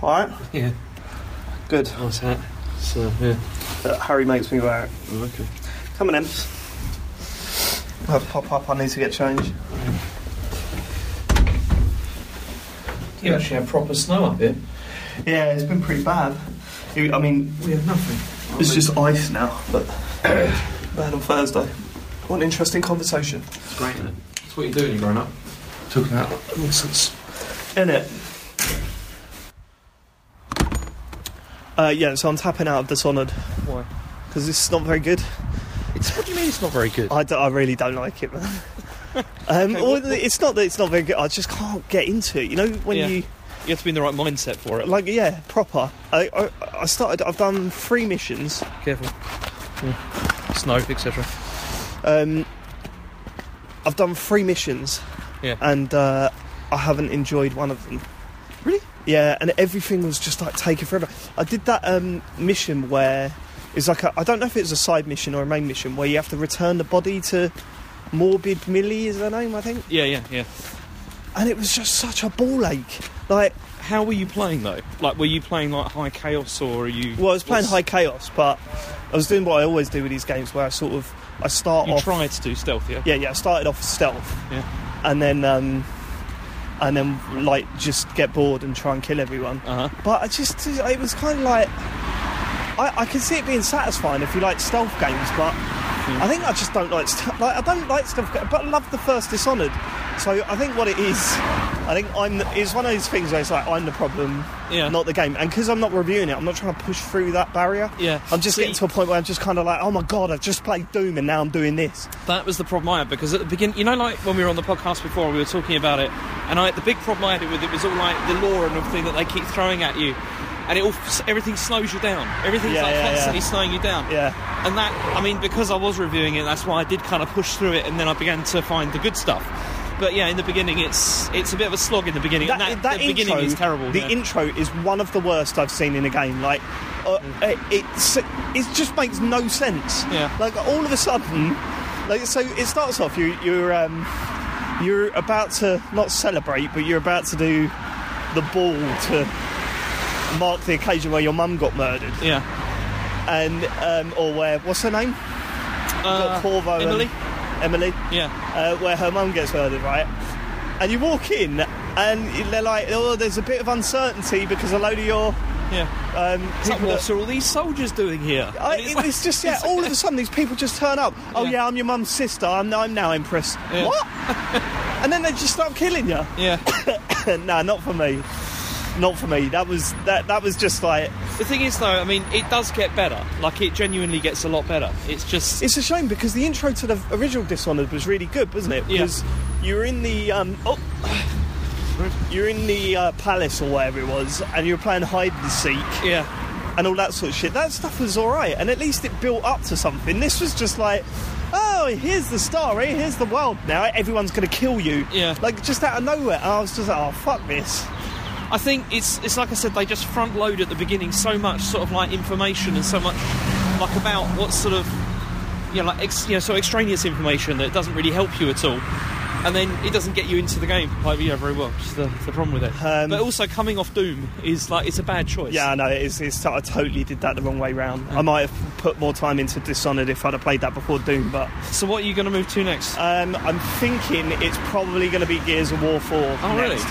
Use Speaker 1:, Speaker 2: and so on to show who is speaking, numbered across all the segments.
Speaker 1: All right,
Speaker 2: Yeah,
Speaker 1: good.
Speaker 2: nice hat. So yeah,
Speaker 1: Uh, Harry makes me wear it.
Speaker 2: Oh, okay.
Speaker 1: Come on, Ems. I have to pop up. I need to get changed.
Speaker 3: You actually have proper snow up here.
Speaker 1: Yeah, it's been pretty bad. You- I mean,
Speaker 3: We have nothing.
Speaker 1: it's just ice now, but bad on Thursday. What an interesting conversation,
Speaker 2: it's great. Isn't it? That's what you do when you're growing up. Talking about nonsense.
Speaker 1: isn't it? Uh, yeah, so I'm tapping out of Dishonored
Speaker 2: Why?
Speaker 1: because it's not very good.
Speaker 2: It's what do you mean? It's not very good.
Speaker 1: I, d- I really don't like it, man. um, well, it's not that it's not very good. I just can't get into it. You know when
Speaker 3: Yeah.
Speaker 1: you
Speaker 3: You have to be in the right mindset for it.
Speaker 1: like yeah proper. I, I I started. I've done three missions.
Speaker 3: Careful. Snow, etc.
Speaker 1: Um, I've done three missions.
Speaker 3: Yeah.
Speaker 1: And uh, I haven't enjoyed one of them.
Speaker 3: Really?
Speaker 1: Yeah, and everything was just like taking forever. I did that um, mission where it's like a, I don't know if it was a side mission or a main mission where you have to return the body to Morbid Millie is her name I think,
Speaker 3: Yeah, yeah, yeah.
Speaker 1: and it was just such a ball ache. Like,
Speaker 3: How were you playing though? Like, were you playing like high chaos or are you?
Speaker 1: well, I was playing
Speaker 3: what's-
Speaker 1: High Chaos, but I was doing what I always do with these games where I sort of I start
Speaker 3: You
Speaker 1: off
Speaker 3: tried to do stealth, yeah.
Speaker 1: yeah, yeah. I started off stealth,
Speaker 3: Yeah.
Speaker 1: and then um, and then like just get bored and try and kill everyone.
Speaker 3: Uh huh.
Speaker 1: But I just it was kind of like I, I can see it being satisfying if you like stealth games, but
Speaker 3: Hmm.
Speaker 1: I think I just don't like stealth. Like, I don't like stealth, ga- but I love the first Dishonored. So I think what it is, I think I'm the- it's one of those things where it's like I'm the problem,
Speaker 3: Yeah.
Speaker 1: not the game. And because I'm not reviewing it, I'm not trying to push through that barrier.
Speaker 3: Yeah.
Speaker 1: I'm just
Speaker 3: See-
Speaker 1: getting to a point where I'm just kind of like, oh my god, I've just played Doom and now I'm doing this.
Speaker 3: That was the problem I had because at the beginning, you know, like when we were on the podcast before, we were talking about it, and I the big problem I had with it was all like the law and everything that they keep throwing at you, and it all everything slows you down. Everything's
Speaker 1: Yeah,
Speaker 3: like
Speaker 1: yeah, yeah.
Speaker 3: constantly slowing you down.
Speaker 1: Yeah.
Speaker 3: And that, I mean, because I was reviewing it, that's why I did kind of push through it, and then I began to find the good stuff. But yeah, in the beginning, it's it's a bit of a slog in the beginning.
Speaker 1: that,
Speaker 3: and that,
Speaker 1: that
Speaker 3: the
Speaker 1: intro,
Speaker 3: beginning is terrible.
Speaker 1: The
Speaker 3: yeah.
Speaker 1: intro is one of the worst I've seen in a game. Like, uh, it, it's, it just makes no sense.
Speaker 3: Mm. Yeah.
Speaker 1: Like all of a sudden, like so it starts off. You you're um, you're about to not celebrate, but you're about to do the ball to mark the occasion where your mum got murdered,
Speaker 3: yeah.
Speaker 1: and um, or where what's her name?
Speaker 3: Uh,
Speaker 1: got Corvo and-
Speaker 3: Emily.
Speaker 1: Emily
Speaker 3: Yeah.
Speaker 1: uh, where her mum gets murdered, right? And you walk in, and they're like, "Oh, there's a bit of uncertainty because a load of your
Speaker 3: Yeah.
Speaker 1: um,
Speaker 3: It's like,
Speaker 1: people."
Speaker 3: what
Speaker 1: That,
Speaker 3: are all these soldiers doing here?
Speaker 1: I,
Speaker 3: And
Speaker 1: it's,
Speaker 3: like-
Speaker 1: just yeah. All of a sudden, these people just turn up. Oh
Speaker 3: Yeah.
Speaker 1: yeah, I'm your mum's sister. I'm, I'm now Empress.
Speaker 3: Yeah.
Speaker 1: What? and then they just start killing you.
Speaker 3: yeah.
Speaker 1: nah, not for me. Not for me. That was that. That was just like
Speaker 3: The thing is, though, I mean, it does get better. Like, it genuinely gets a lot better. It's just.
Speaker 1: It's a shame because the intro to the original Dishonored was really good, wasn't it?
Speaker 3: Yeah.
Speaker 1: Because you were in the um, oh, you're in the uh, palace or whatever it was, and you were playing hide and seek
Speaker 3: yeah.
Speaker 1: and all that sort of shit. That stuff was all right, and at least it built up to something. This was just like. Oh, here's the story. Here's the world now. Everyone's gonna kill you.
Speaker 3: Yeah.
Speaker 1: Like just out of nowhere, and I was just like, oh fuck this.
Speaker 3: I think it's it's like I said, they just front load at the beginning so much sort of like information and so much like about what sort of you know like ex, you know so extraneous information that doesn't really help you at all, and then it doesn't get you into the game like you know very well. Which is the, the problem with it.
Speaker 1: Um,
Speaker 3: but also coming off Doom is like it's a bad choice.
Speaker 1: Yeah, I know. It's, it's, I totally did that the wrong way round. I might have put more time into Dishonored if I'd have played that before Doom, but
Speaker 3: So what are you going to move to next?
Speaker 1: Um, I'm thinking it's probably going to be Gears of War 4.
Speaker 3: Oh, really?
Speaker 1: next.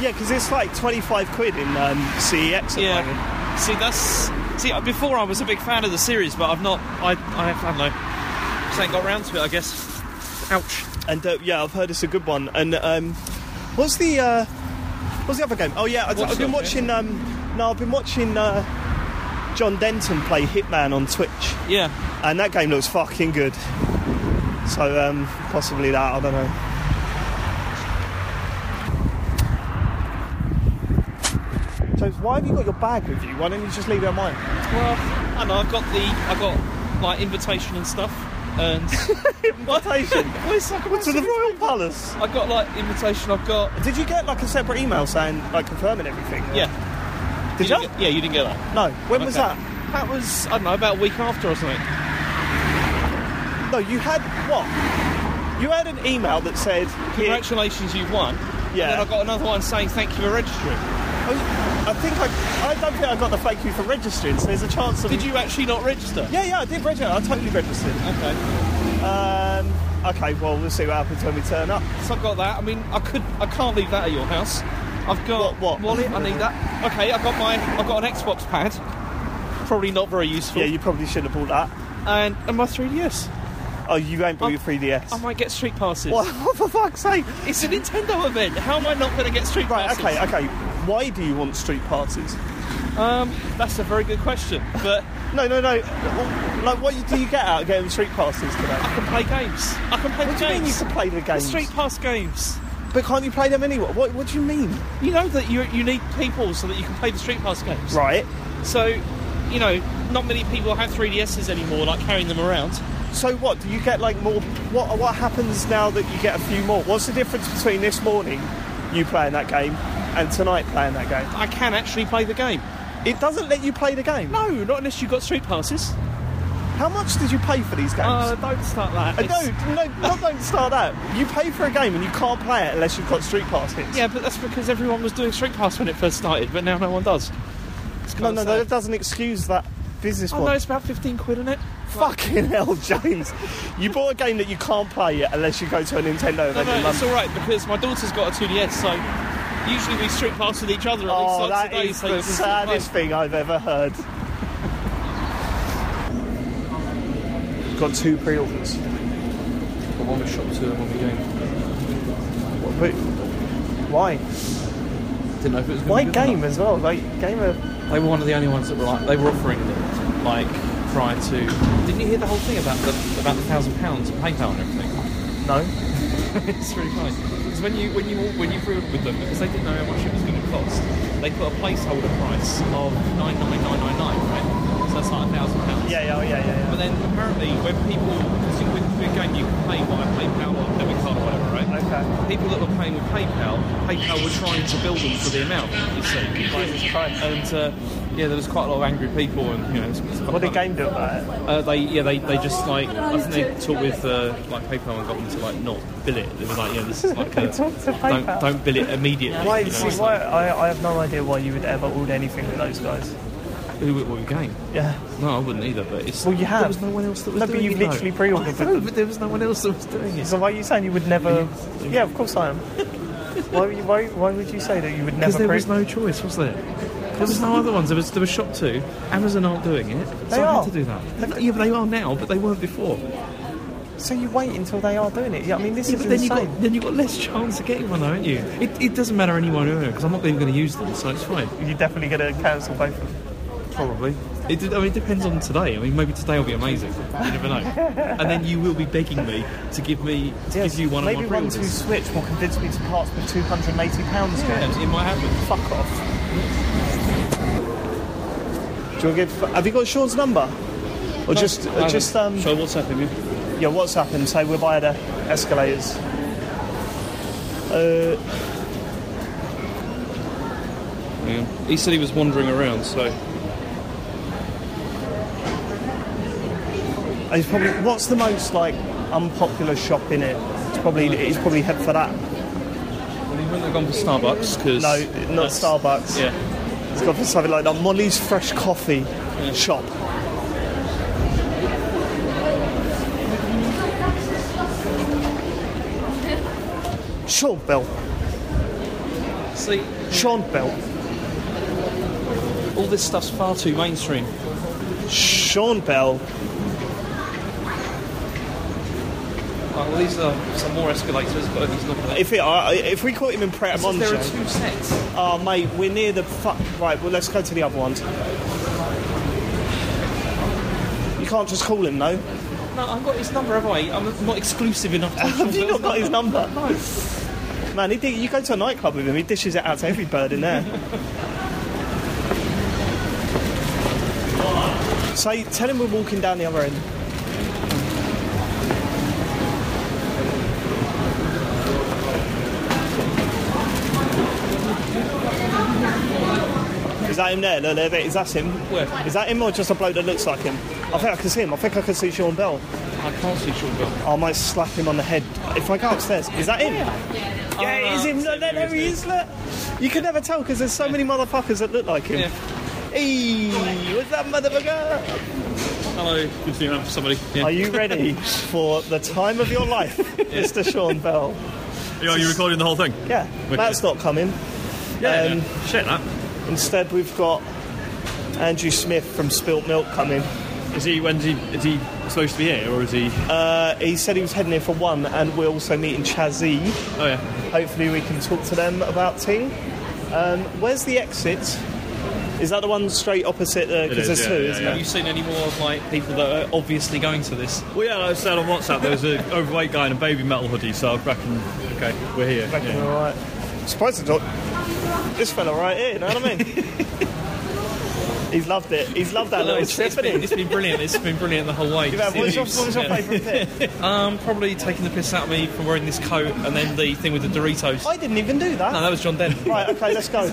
Speaker 1: Yeah, because it's like 25 quid in um, CEX at the moment.
Speaker 3: Yeah. See, that's see. uh, Before I was a big fan of the series, but I've not. I I, I don't know. Just ain't got round to it, I guess. Ouch.
Speaker 1: And uh, yeah, I've heard it's a good one. And um, what's the uh, what's the other game? Oh yeah, I,
Speaker 3: Watch
Speaker 1: have been
Speaker 3: Dogs, yeah.
Speaker 1: watching. Um, no, I've been watching uh, John Denton play Hitman on Twitch,
Speaker 3: Yeah.
Speaker 1: and that game looks fucking good. So um, possibly that. I don't know. James, why have you got your bag with you? Why don't you just leave it on mine?
Speaker 3: Well, I know. I've got the. I got like invitation and stuff. And
Speaker 1: invitation
Speaker 3: Well, it's like
Speaker 1: to the royal palace.
Speaker 3: I got like invitation. I've got.
Speaker 1: Did you get like a separate email saying like confirming everything? or-
Speaker 3: Yeah.
Speaker 1: Did you?
Speaker 3: didn't Get, yeah, you didn't get that.
Speaker 1: No. When was
Speaker 3: Okay.
Speaker 1: that?
Speaker 3: That was I don't know about a week after or something.
Speaker 1: No, you had what? You had an email that said here-
Speaker 3: Congratulations, you've won.
Speaker 1: Yeah.
Speaker 3: And then I got another one saying thank you for registering.
Speaker 1: Oh, I, I think I, I don't think I got the thank you for registering. So there's a chance of.
Speaker 4: Did you actually not register?
Speaker 1: Yeah, yeah, I did register. I totally registered.
Speaker 4: Okay.
Speaker 1: Um, okay, well we'll see what happens when we turn up.
Speaker 4: So I've got that. I mean, I could, I can't leave that at your house. I've got
Speaker 1: What- what?
Speaker 4: wallet. I need that. Okay, I've got my, I've got an Xbox pad. Probably not very useful.
Speaker 1: Yeah, you probably should have bought that.
Speaker 4: and and my 3DS.
Speaker 1: Oh, you ain't bought
Speaker 4: I'm-
Speaker 1: your 3DS.
Speaker 4: I might get street passes.
Speaker 1: Well, what for fuck's sake?
Speaker 4: It's a Nintendo event. How am I not going to get street
Speaker 1: Right,
Speaker 4: passes?
Speaker 1: okay, okay. Why do you want street parties?
Speaker 4: Um, that's a very good question. But
Speaker 1: No, no, no. Like, what do you get out of getting street parties today?
Speaker 4: I can play games. I can play
Speaker 1: What
Speaker 4: the
Speaker 1: do you mean you
Speaker 4: games.
Speaker 1: can play the
Speaker 4: The
Speaker 1: games?
Speaker 4: street pass games.
Speaker 1: But can't you play them anyway? What, what do you mean?
Speaker 4: You know that you you need people so that you can play the street pass games.
Speaker 1: Right.
Speaker 4: So, you know, not many people have 3DSs anymore, like carrying them around.
Speaker 1: So what? Do you get like more? What What happens now that you get a few more? What's the difference between this morning, you playing that game, and tonight playing that game?
Speaker 4: I can actually play the game.
Speaker 1: It doesn't let you play the game.
Speaker 4: No, not unless you've got street passes.
Speaker 1: How much did you pay for these games?
Speaker 4: Uh, don't start that.
Speaker 1: Uh,
Speaker 4: It's-
Speaker 1: no, no, no, don't start that. You pay for a game and you can't play it unless you've got street passes.
Speaker 4: Yeah, but that's because everyone was doing street pass when it first started, but now no one does. It's
Speaker 1: No,
Speaker 4: kinda
Speaker 1: no,
Speaker 4: sad.
Speaker 1: no, that doesn't excuse that business
Speaker 4: I
Speaker 1: one.
Speaker 4: know it's about 15 quid, isn't it?
Speaker 1: Fucking hell, James. you bought a game that you can't play yet unless you go to a Nintendo event
Speaker 4: No,
Speaker 1: in
Speaker 4: no, it's
Speaker 1: London.
Speaker 4: all right because my daughter's got a 2DS, so usually we street pass with each other at least
Speaker 1: Oh,
Speaker 4: once
Speaker 1: that
Speaker 4: a day.
Speaker 1: is
Speaker 4: so
Speaker 1: the
Speaker 4: we can still play.
Speaker 1: saddest thing I've ever heard. Got two pre-orders.
Speaker 3: But one was shot two and one was game.
Speaker 1: What, who- why?
Speaker 3: Didn't know if it was. gonna
Speaker 1: Why
Speaker 3: be good or
Speaker 1: game
Speaker 3: not.
Speaker 1: as well? Like game of
Speaker 3: They were one of the only ones that were like they were offering them like prior to. Didn't you hear the whole thing about the about the thousand pounds and PayPal and everything?
Speaker 1: no.
Speaker 3: it's really funny because when you when you when you pre-ordered with them because they didn't know how much it was going to cost, they put a placeholder price of nine nine nine nine nine, right? So that's like a thousand pounds.
Speaker 1: Yeah, yeah, yeah, yeah. yeah.
Speaker 3: But then apparently when people because with with game you can pay by PayPal or debit card or whatever, right?
Speaker 1: Okay.
Speaker 3: people that were paying with PayPal, PayPal were trying to bill them for the amount. You see,
Speaker 1: Jesus Christ.
Speaker 3: and uh, yeah, there was quite a lot of angry people, and you know, it's, it's quite
Speaker 1: What did
Speaker 3: funny.
Speaker 1: game do about it?
Speaker 3: Uh, they yeah, they, they just like I think they talked with uh, like PayPal and got them to like not bill it. They were like, yeah, this is like a,
Speaker 1: talked to PayPal.
Speaker 3: don't don't bill it immediately.
Speaker 1: Why,
Speaker 3: you know,
Speaker 1: see,
Speaker 3: it's
Speaker 1: why,
Speaker 3: like,
Speaker 1: I, I have no idea why you would ever order anything with those guys.
Speaker 3: who would what game?
Speaker 1: Yeah.
Speaker 3: No, I wouldn't either. But it's
Speaker 1: Well, you have.
Speaker 3: There was no one else that was
Speaker 1: No, but
Speaker 3: doing
Speaker 1: you've
Speaker 3: it. though.
Speaker 1: literally pre-ordered
Speaker 3: I
Speaker 1: with
Speaker 3: know,
Speaker 1: them.
Speaker 3: but there was no one else that was doing it.
Speaker 1: So why are you saying you would never? Yeah, of course I am. why, would you- why, why would you say that you would never?
Speaker 3: Because there
Speaker 1: pre-
Speaker 3: was no choice, was there? There was no other ones. There was there was Shop Two. Amazon aren't doing it, so
Speaker 1: They
Speaker 3: I
Speaker 1: are.
Speaker 3: had to do that. yeah, but they are now, but they weren't before.
Speaker 1: So you wait until they are doing it. Yeah, I mean this
Speaker 3: Yeah,
Speaker 1: is
Speaker 3: but then you
Speaker 1: insane.
Speaker 3: got then you got less chance of getting one, though, haven't you? It, it doesn't matter anyone because I'm not even going to use them, so it's fine.
Speaker 1: You're definitely going to cancel both of them.
Speaker 3: Probably. It, d- I mean, it depends on today. I mean, maybe today will be amazing. You never know. and then you will be begging me to give me to give you one
Speaker 1: Maybe
Speaker 3: of my
Speaker 1: one two
Speaker 3: pre-orders.
Speaker 1: switch will convince me to part with two hundred and eighty pounds.
Speaker 3: And it might happen.
Speaker 1: Fuck off. Do you want to give? Have you got Sean's number? Or just, or just um,
Speaker 4: So what's happening?
Speaker 1: yeah. What's happened? Say we're by the escalators. Uh,
Speaker 4: Hang on. He said he was wandering around, so
Speaker 1: it's probably what's the most like unpopular shop in it? It's probably it's probably head for that.
Speaker 4: well, he wouldn't have gone for Starbucks because
Speaker 1: No, not Starbucks.
Speaker 4: Yeah,
Speaker 1: It's got something like that. Molly's Fresh Coffee Shop. Sean Bell.
Speaker 4: see,
Speaker 1: Sean Bell.
Speaker 4: all this stuff's far too mainstream.
Speaker 1: Sean Bell.
Speaker 4: Like, well, these are some more escalators, but he's not. Gonna...
Speaker 1: If it, uh, if we caught him in Pret a
Speaker 4: It says there are
Speaker 1: Manger.
Speaker 4: two sets.
Speaker 1: Oh, mate, we're near the. Fu- right, well, let's go to the other ones. You can't just call him, no?
Speaker 4: No, I've got his number, have I? I'm not exclusive enough. To
Speaker 1: Have you not got his number? Man, he di- you go to a nightclub with him, he dishes it out to every bird in there. so you- tell him we're walking down the other end. Is that him there? Look, there, there- is that him?
Speaker 4: Where?
Speaker 1: Is that him or just a bloke that looks like him? I think I can see him. I think I can see Sean Bell.
Speaker 4: I can't see Sean Bell.
Speaker 1: I might slap him on the head. If I go upstairs, is that him? yeah, it is him.
Speaker 3: that's
Speaker 1: Look,
Speaker 3: it,
Speaker 1: there he is. Look. You can never tell because there's so many motherfuckers that look like him.
Speaker 3: Yeah.
Speaker 1: Hey, what's that motherfucker?
Speaker 4: Hello. Good to meet somebody. Yeah.
Speaker 1: Are you ready for the time of your life, Mr. Sean Bell?
Speaker 4: Yeah, Are you recording the whole thing?
Speaker 1: Yeah,
Speaker 4: Okay.
Speaker 1: Matt's not coming.
Speaker 4: Yeah.
Speaker 1: Um,
Speaker 4: yeah. Shit, that.
Speaker 1: Instead, we've got Andrew Smith from Spilt Milk coming.
Speaker 4: Is he? When's he? Is he supposed to be here, or is he? oh,
Speaker 1: Uh, he said he was heading in for one, and we're also meeting E. Chazzy.
Speaker 4: oh yeah.
Speaker 1: Hopefully, we can talk to them about Ting. Um, where's the exit? Is that the one straight opposite?
Speaker 4: It is,
Speaker 1: Because there's
Speaker 4: yeah,
Speaker 1: two,
Speaker 4: yeah,
Speaker 1: isn't
Speaker 4: yeah.
Speaker 1: it?
Speaker 3: Have you seen any more of like people that are obviously going to this?
Speaker 4: Well, yeah. I said on WhatsApp there was an overweight guy in a baby metal hoodie, so I reckon. Okay, we're here.
Speaker 1: Reckon
Speaker 4: yeah.
Speaker 1: we're all right. Surprised it's not this fella right here. You know what I mean? He's loved it. He's loved that little
Speaker 3: it's,
Speaker 1: trip.
Speaker 3: it's been,
Speaker 1: hasn't he?
Speaker 3: it's been brilliant. It's been brilliant the whole way.
Speaker 1: Yeah,
Speaker 3: Just the
Speaker 1: What's your,
Speaker 3: abuse.
Speaker 1: what's your
Speaker 3: Yeah.
Speaker 1: favourite bit?
Speaker 3: Um, probably taking the piss out of me for wearing this coat and then the thing with the Doritos.
Speaker 1: I didn't even do that.
Speaker 3: No, that was John Dent.
Speaker 1: Right, okay, let's go.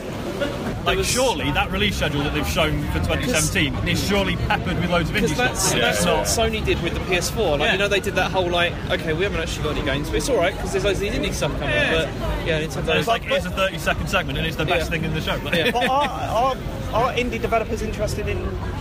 Speaker 4: Like,
Speaker 3: was-
Speaker 4: surely that release schedule that they've shown for 2017 is surely peppered with loads of indie
Speaker 3: Because that's,
Speaker 4: stuff.
Speaker 3: that's
Speaker 4: It's not-
Speaker 3: what Sony did with the PS4. Like,
Speaker 4: Yeah.
Speaker 3: You know, they did that whole like, okay, we haven't actually got any games, but it's all right because there's loads of indie stuff coming.
Speaker 4: Yeah.
Speaker 3: But yeah, Nintendo.
Speaker 4: It's like it's a 30 second segment and it's the best
Speaker 3: Yeah.
Speaker 4: thing in the show. Like,
Speaker 3: Yeah.
Speaker 1: But are, are, are indie developers interested in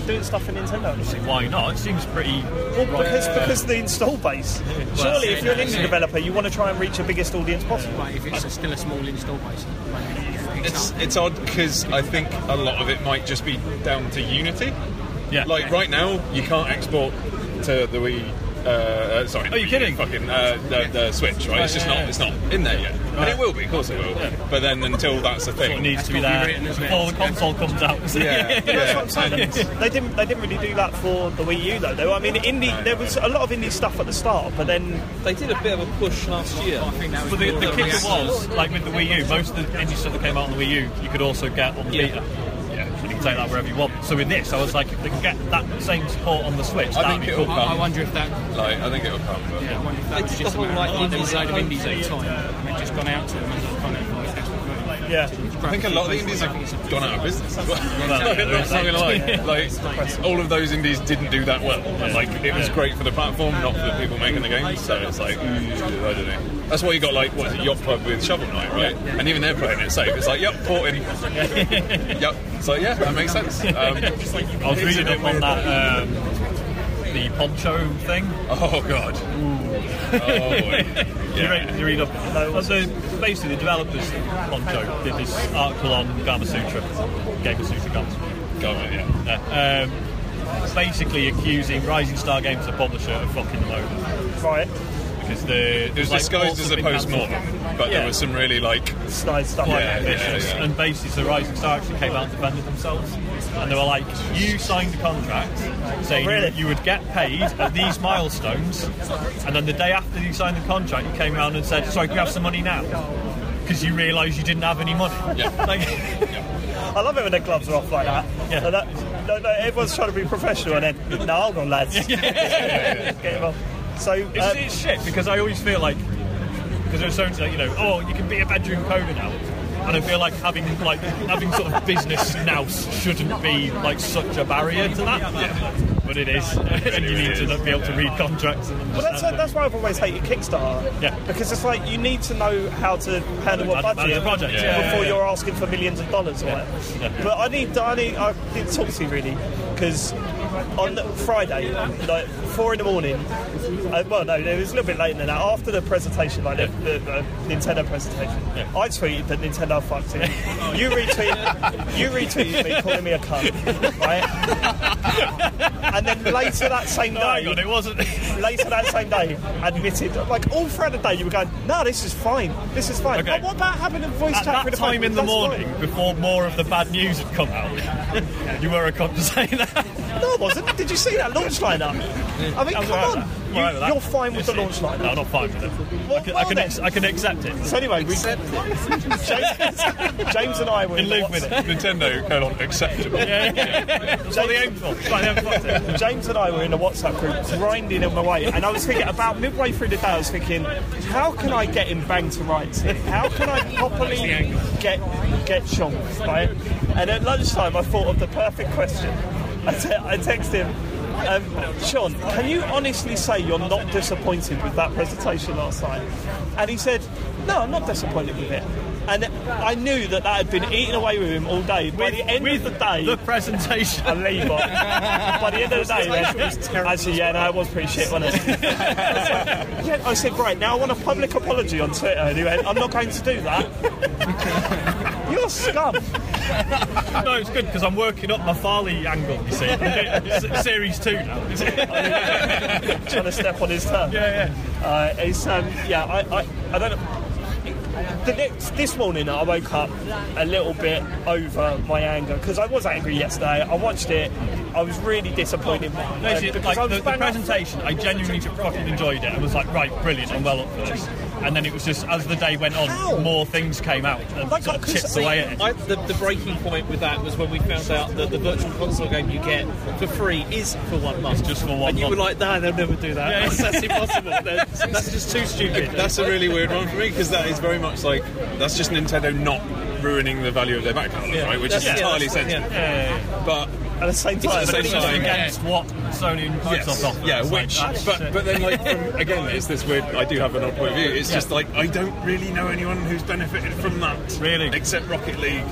Speaker 1: doing stuff for Nintendo?
Speaker 4: Why not? It seems pretty.
Speaker 1: Well, because because of the install base. Surely, if you're an indie developer, you want to try and reach the biggest audience possible.
Speaker 5: But if it's a, still a small install base, like, for
Speaker 6: It's,
Speaker 5: example,
Speaker 6: it's odd because I think a lot of it might just be down to Unity.
Speaker 4: Yeah.
Speaker 6: Like right now, you can't export to the Wii. Uh, uh, sorry.
Speaker 4: Are you kidding?
Speaker 6: Fucking uh, the, the Switch, right? It's just not. It's not in there yet, and it will be. Of course, it will. But then until that's a
Speaker 4: It
Speaker 6: thing.
Speaker 4: needs to be
Speaker 5: That's what
Speaker 4: there Oh,
Speaker 5: we've written, isn't it?
Speaker 4: before the console comes out.
Speaker 6: yeah,
Speaker 1: That's
Speaker 6: yeah.
Speaker 1: what I'm saying. They didn't. They didn't really do that for the Wii U, though. though. I mean, indie. There was a lot of indie stuff at the start, but then
Speaker 3: they did a bit of a push last year.
Speaker 5: I think that
Speaker 4: But
Speaker 5: was
Speaker 4: the,
Speaker 5: more
Speaker 4: the
Speaker 5: of a
Speaker 4: kicker
Speaker 5: reaction.
Speaker 4: was, like with the Wii U, most of the indie stuff that came out on the Wii U, you could also get on the
Speaker 3: Yeah.
Speaker 4: Vita. Yeah, you can take that wherever you want. So with this, I was like, if they can get that same support on the Switch,
Speaker 6: I
Speaker 4: that'd
Speaker 6: think
Speaker 4: be
Speaker 6: it'll
Speaker 4: cool.
Speaker 5: I, I wonder if that.
Speaker 6: Like I think it'll come. But
Speaker 5: I wonder if that was
Speaker 3: did
Speaker 5: just
Speaker 3: the
Speaker 5: a matter
Speaker 3: whole, like,
Speaker 5: of time. There was a load of
Speaker 3: indie
Speaker 5: indies at the time, and it just gone out to them and just kind of like, that's what we're doing.
Speaker 1: yeah,
Speaker 6: I think a lot of the indies have gone out of business. as well.
Speaker 4: exactly.
Speaker 6: Like, that's not gonna lie. Like all of those indies didn't do that well. And, like it was great for the platform, not for the people making the games. So it's like mm, I don't know. That's why you got like what is it, Yacht Club with Shovel Knight, right? And even they're playing it safe. It's like yep, porting. yep. So yeah, that makes sense. Um,
Speaker 4: I was
Speaker 6: It's a
Speaker 4: reading
Speaker 6: bit
Speaker 4: up on
Speaker 6: weird,
Speaker 4: that, um, the poncho thing.
Speaker 6: oh god. Oh boy.
Speaker 4: You, read, you read up. Well, so basically, Uh, the developers of poncho did this article on Gama Sutra, Gama Sutra Gama Sutra.
Speaker 6: Go on, yeah.
Speaker 4: um, basically accusing Rising Star Games, the publisher, of fucking them over
Speaker 1: right.
Speaker 4: because the
Speaker 6: It was disguised as a post mortem, but
Speaker 4: Yeah.
Speaker 6: there was some really like
Speaker 1: It's nice stuff.
Speaker 4: Quite
Speaker 6: Yeah,
Speaker 4: ambitious,
Speaker 6: yeah, yeah.
Speaker 4: and basically, so Rising Star actually came out and defended themselves, and they were like, "You signed a contract saying
Speaker 1: Oh, really?
Speaker 4: you, you would get paid at these milestones, and then the day after you signed the contract, you came around and said, sorry, can we have some money now?' Because you realised you didn't have any money.
Speaker 6: Yeah.
Speaker 4: Like,
Speaker 1: I love it when their gloves are off like that.
Speaker 4: Yeah.
Speaker 1: And that- no, no, everyone's trying to be professional, and then no, hold on, lads. Get him off. So
Speaker 4: It's,
Speaker 1: um,
Speaker 4: it's shit because I always feel like because there's so much like you know oh you can be a bedroom coder now and I feel like having like having sort of business now shouldn't be like such a barrier to that but it is and you need to be able to read contracts and
Speaker 1: Well, that's,
Speaker 4: understand
Speaker 1: that's why I've always hated Kickstarter.
Speaker 4: Yeah.
Speaker 1: Because it's like you need to know how to handle a
Speaker 4: Manage-
Speaker 1: budget
Speaker 4: manage a project, yeah, yeah,
Speaker 1: before
Speaker 4: yeah.
Speaker 1: you're asking for millions of dollars. or whatever. But I need, I need, I need to talk to you really because on the- Friday, like four in the morning. Uh, well, no, it was a little bit later than that. After the presentation, like the, the, the Nintendo presentation, I tweeted that Nintendo fucked it. You retweeted, you retweeted me calling me a cunt, right? and then later that same day,
Speaker 4: that. hang on it wasn't
Speaker 1: later that same day admitted, like all throughout the day, you were going, no, this is fine, this is fine.
Speaker 4: Okay.
Speaker 1: But what about having a voice
Speaker 4: at
Speaker 1: chat through the
Speaker 4: that time
Speaker 1: phone?
Speaker 4: in the
Speaker 1: That's
Speaker 4: morning before more of the bad news had come out you were a cunt to say that
Speaker 1: fine. No, it wasn't. Did you see that launch lineup? I mean,
Speaker 4: I'm
Speaker 1: come
Speaker 4: alright
Speaker 1: on.
Speaker 4: with that.
Speaker 1: You,
Speaker 4: I'm alright with that.
Speaker 1: you're fine with the launch
Speaker 4: no
Speaker 1: lineup.
Speaker 4: I'm not fine with it
Speaker 1: Well,
Speaker 4: I can, I
Speaker 1: well
Speaker 4: can,
Speaker 1: then.
Speaker 4: ex- I can accept it
Speaker 1: So anyway, we, James, James and I were in
Speaker 4: can
Speaker 1: the
Speaker 4: live with
Speaker 1: WhatsApp-
Speaker 4: it
Speaker 6: Nintendo colon acceptable.
Speaker 4: yeah, yeah. that's what they aim for that's what they aim for
Speaker 1: James and I were in a WhatsApp group grinding them away, and I was thinking about midway through the day, I was thinking, how can I get him banged to rights? here? How can I properly get get chomped? Right? And at lunchtime, I thought of the perfect question. I, te- I texted him. Um, Sean, can you honestly say you're not disappointed with that presentation last night? And he said, No, I'm not disappointed with it. And I knew that that had been eating away with him all day. By the end of the day,
Speaker 7: The presentation.
Speaker 1: I leave on. By the end of the day, then, actually, yeah, no, it was pretty shit, wasn't it? yeah, I said, right, now I want a public apology on Twitter. And he went, I'm not going to do that. You're scum.
Speaker 7: no, it's good because I'm working up my Farley angle. You see, S- series two now. Is it?
Speaker 1: Trying to step on his turf.
Speaker 7: yeah, yeah.
Speaker 1: Uh, it's um, yeah, I, I, I don't know. The next, this morning I woke up a little bit over my anger because I was angry yesterday. I watched it. I was really disappointed. uh,
Speaker 7: Basically,
Speaker 1: because
Speaker 7: like
Speaker 1: I was
Speaker 7: the, the
Speaker 1: bang up-
Speaker 7: presentation, I genuinely fucking enjoyed it. I was like, right, brilliant, I'm well up for this. And then it was just as the day went on,
Speaker 1: How?
Speaker 7: more things came out and
Speaker 1: Like,
Speaker 7: sort of
Speaker 1: I- 'cause
Speaker 7: chipped away at it.
Speaker 3: I, the, the breaking point with that was when we found out that the virtual console game you get for free is for one month.
Speaker 7: It's just for one
Speaker 3: And you
Speaker 7: month.
Speaker 3: were like, nah, they'll never do that. That's, that's impossible. That's, that's just too stupid.
Speaker 6: That's a really weird one for me because that is very much like that's just Nintendo not ruining the value of their back catalog, right? Which
Speaker 3: That's-
Speaker 6: is
Speaker 3: yeah,
Speaker 6: entirely
Speaker 3: that's-
Speaker 6: sensible.
Speaker 3: yeah.
Speaker 6: But
Speaker 1: at the same time.
Speaker 6: the same
Speaker 7: It's
Speaker 6: time.
Speaker 7: just against what Sony and Microsoft
Speaker 6: yes,
Speaker 7: offer.
Speaker 6: yeah,
Speaker 7: It's
Speaker 6: which
Speaker 7: like, that's
Speaker 6: but
Speaker 7: it.
Speaker 6: but then like from, again, it's this weird. I do have an odd point of view. It's just like I don't really know anyone who's benefited from that,
Speaker 7: Really?
Speaker 6: except Rocket League.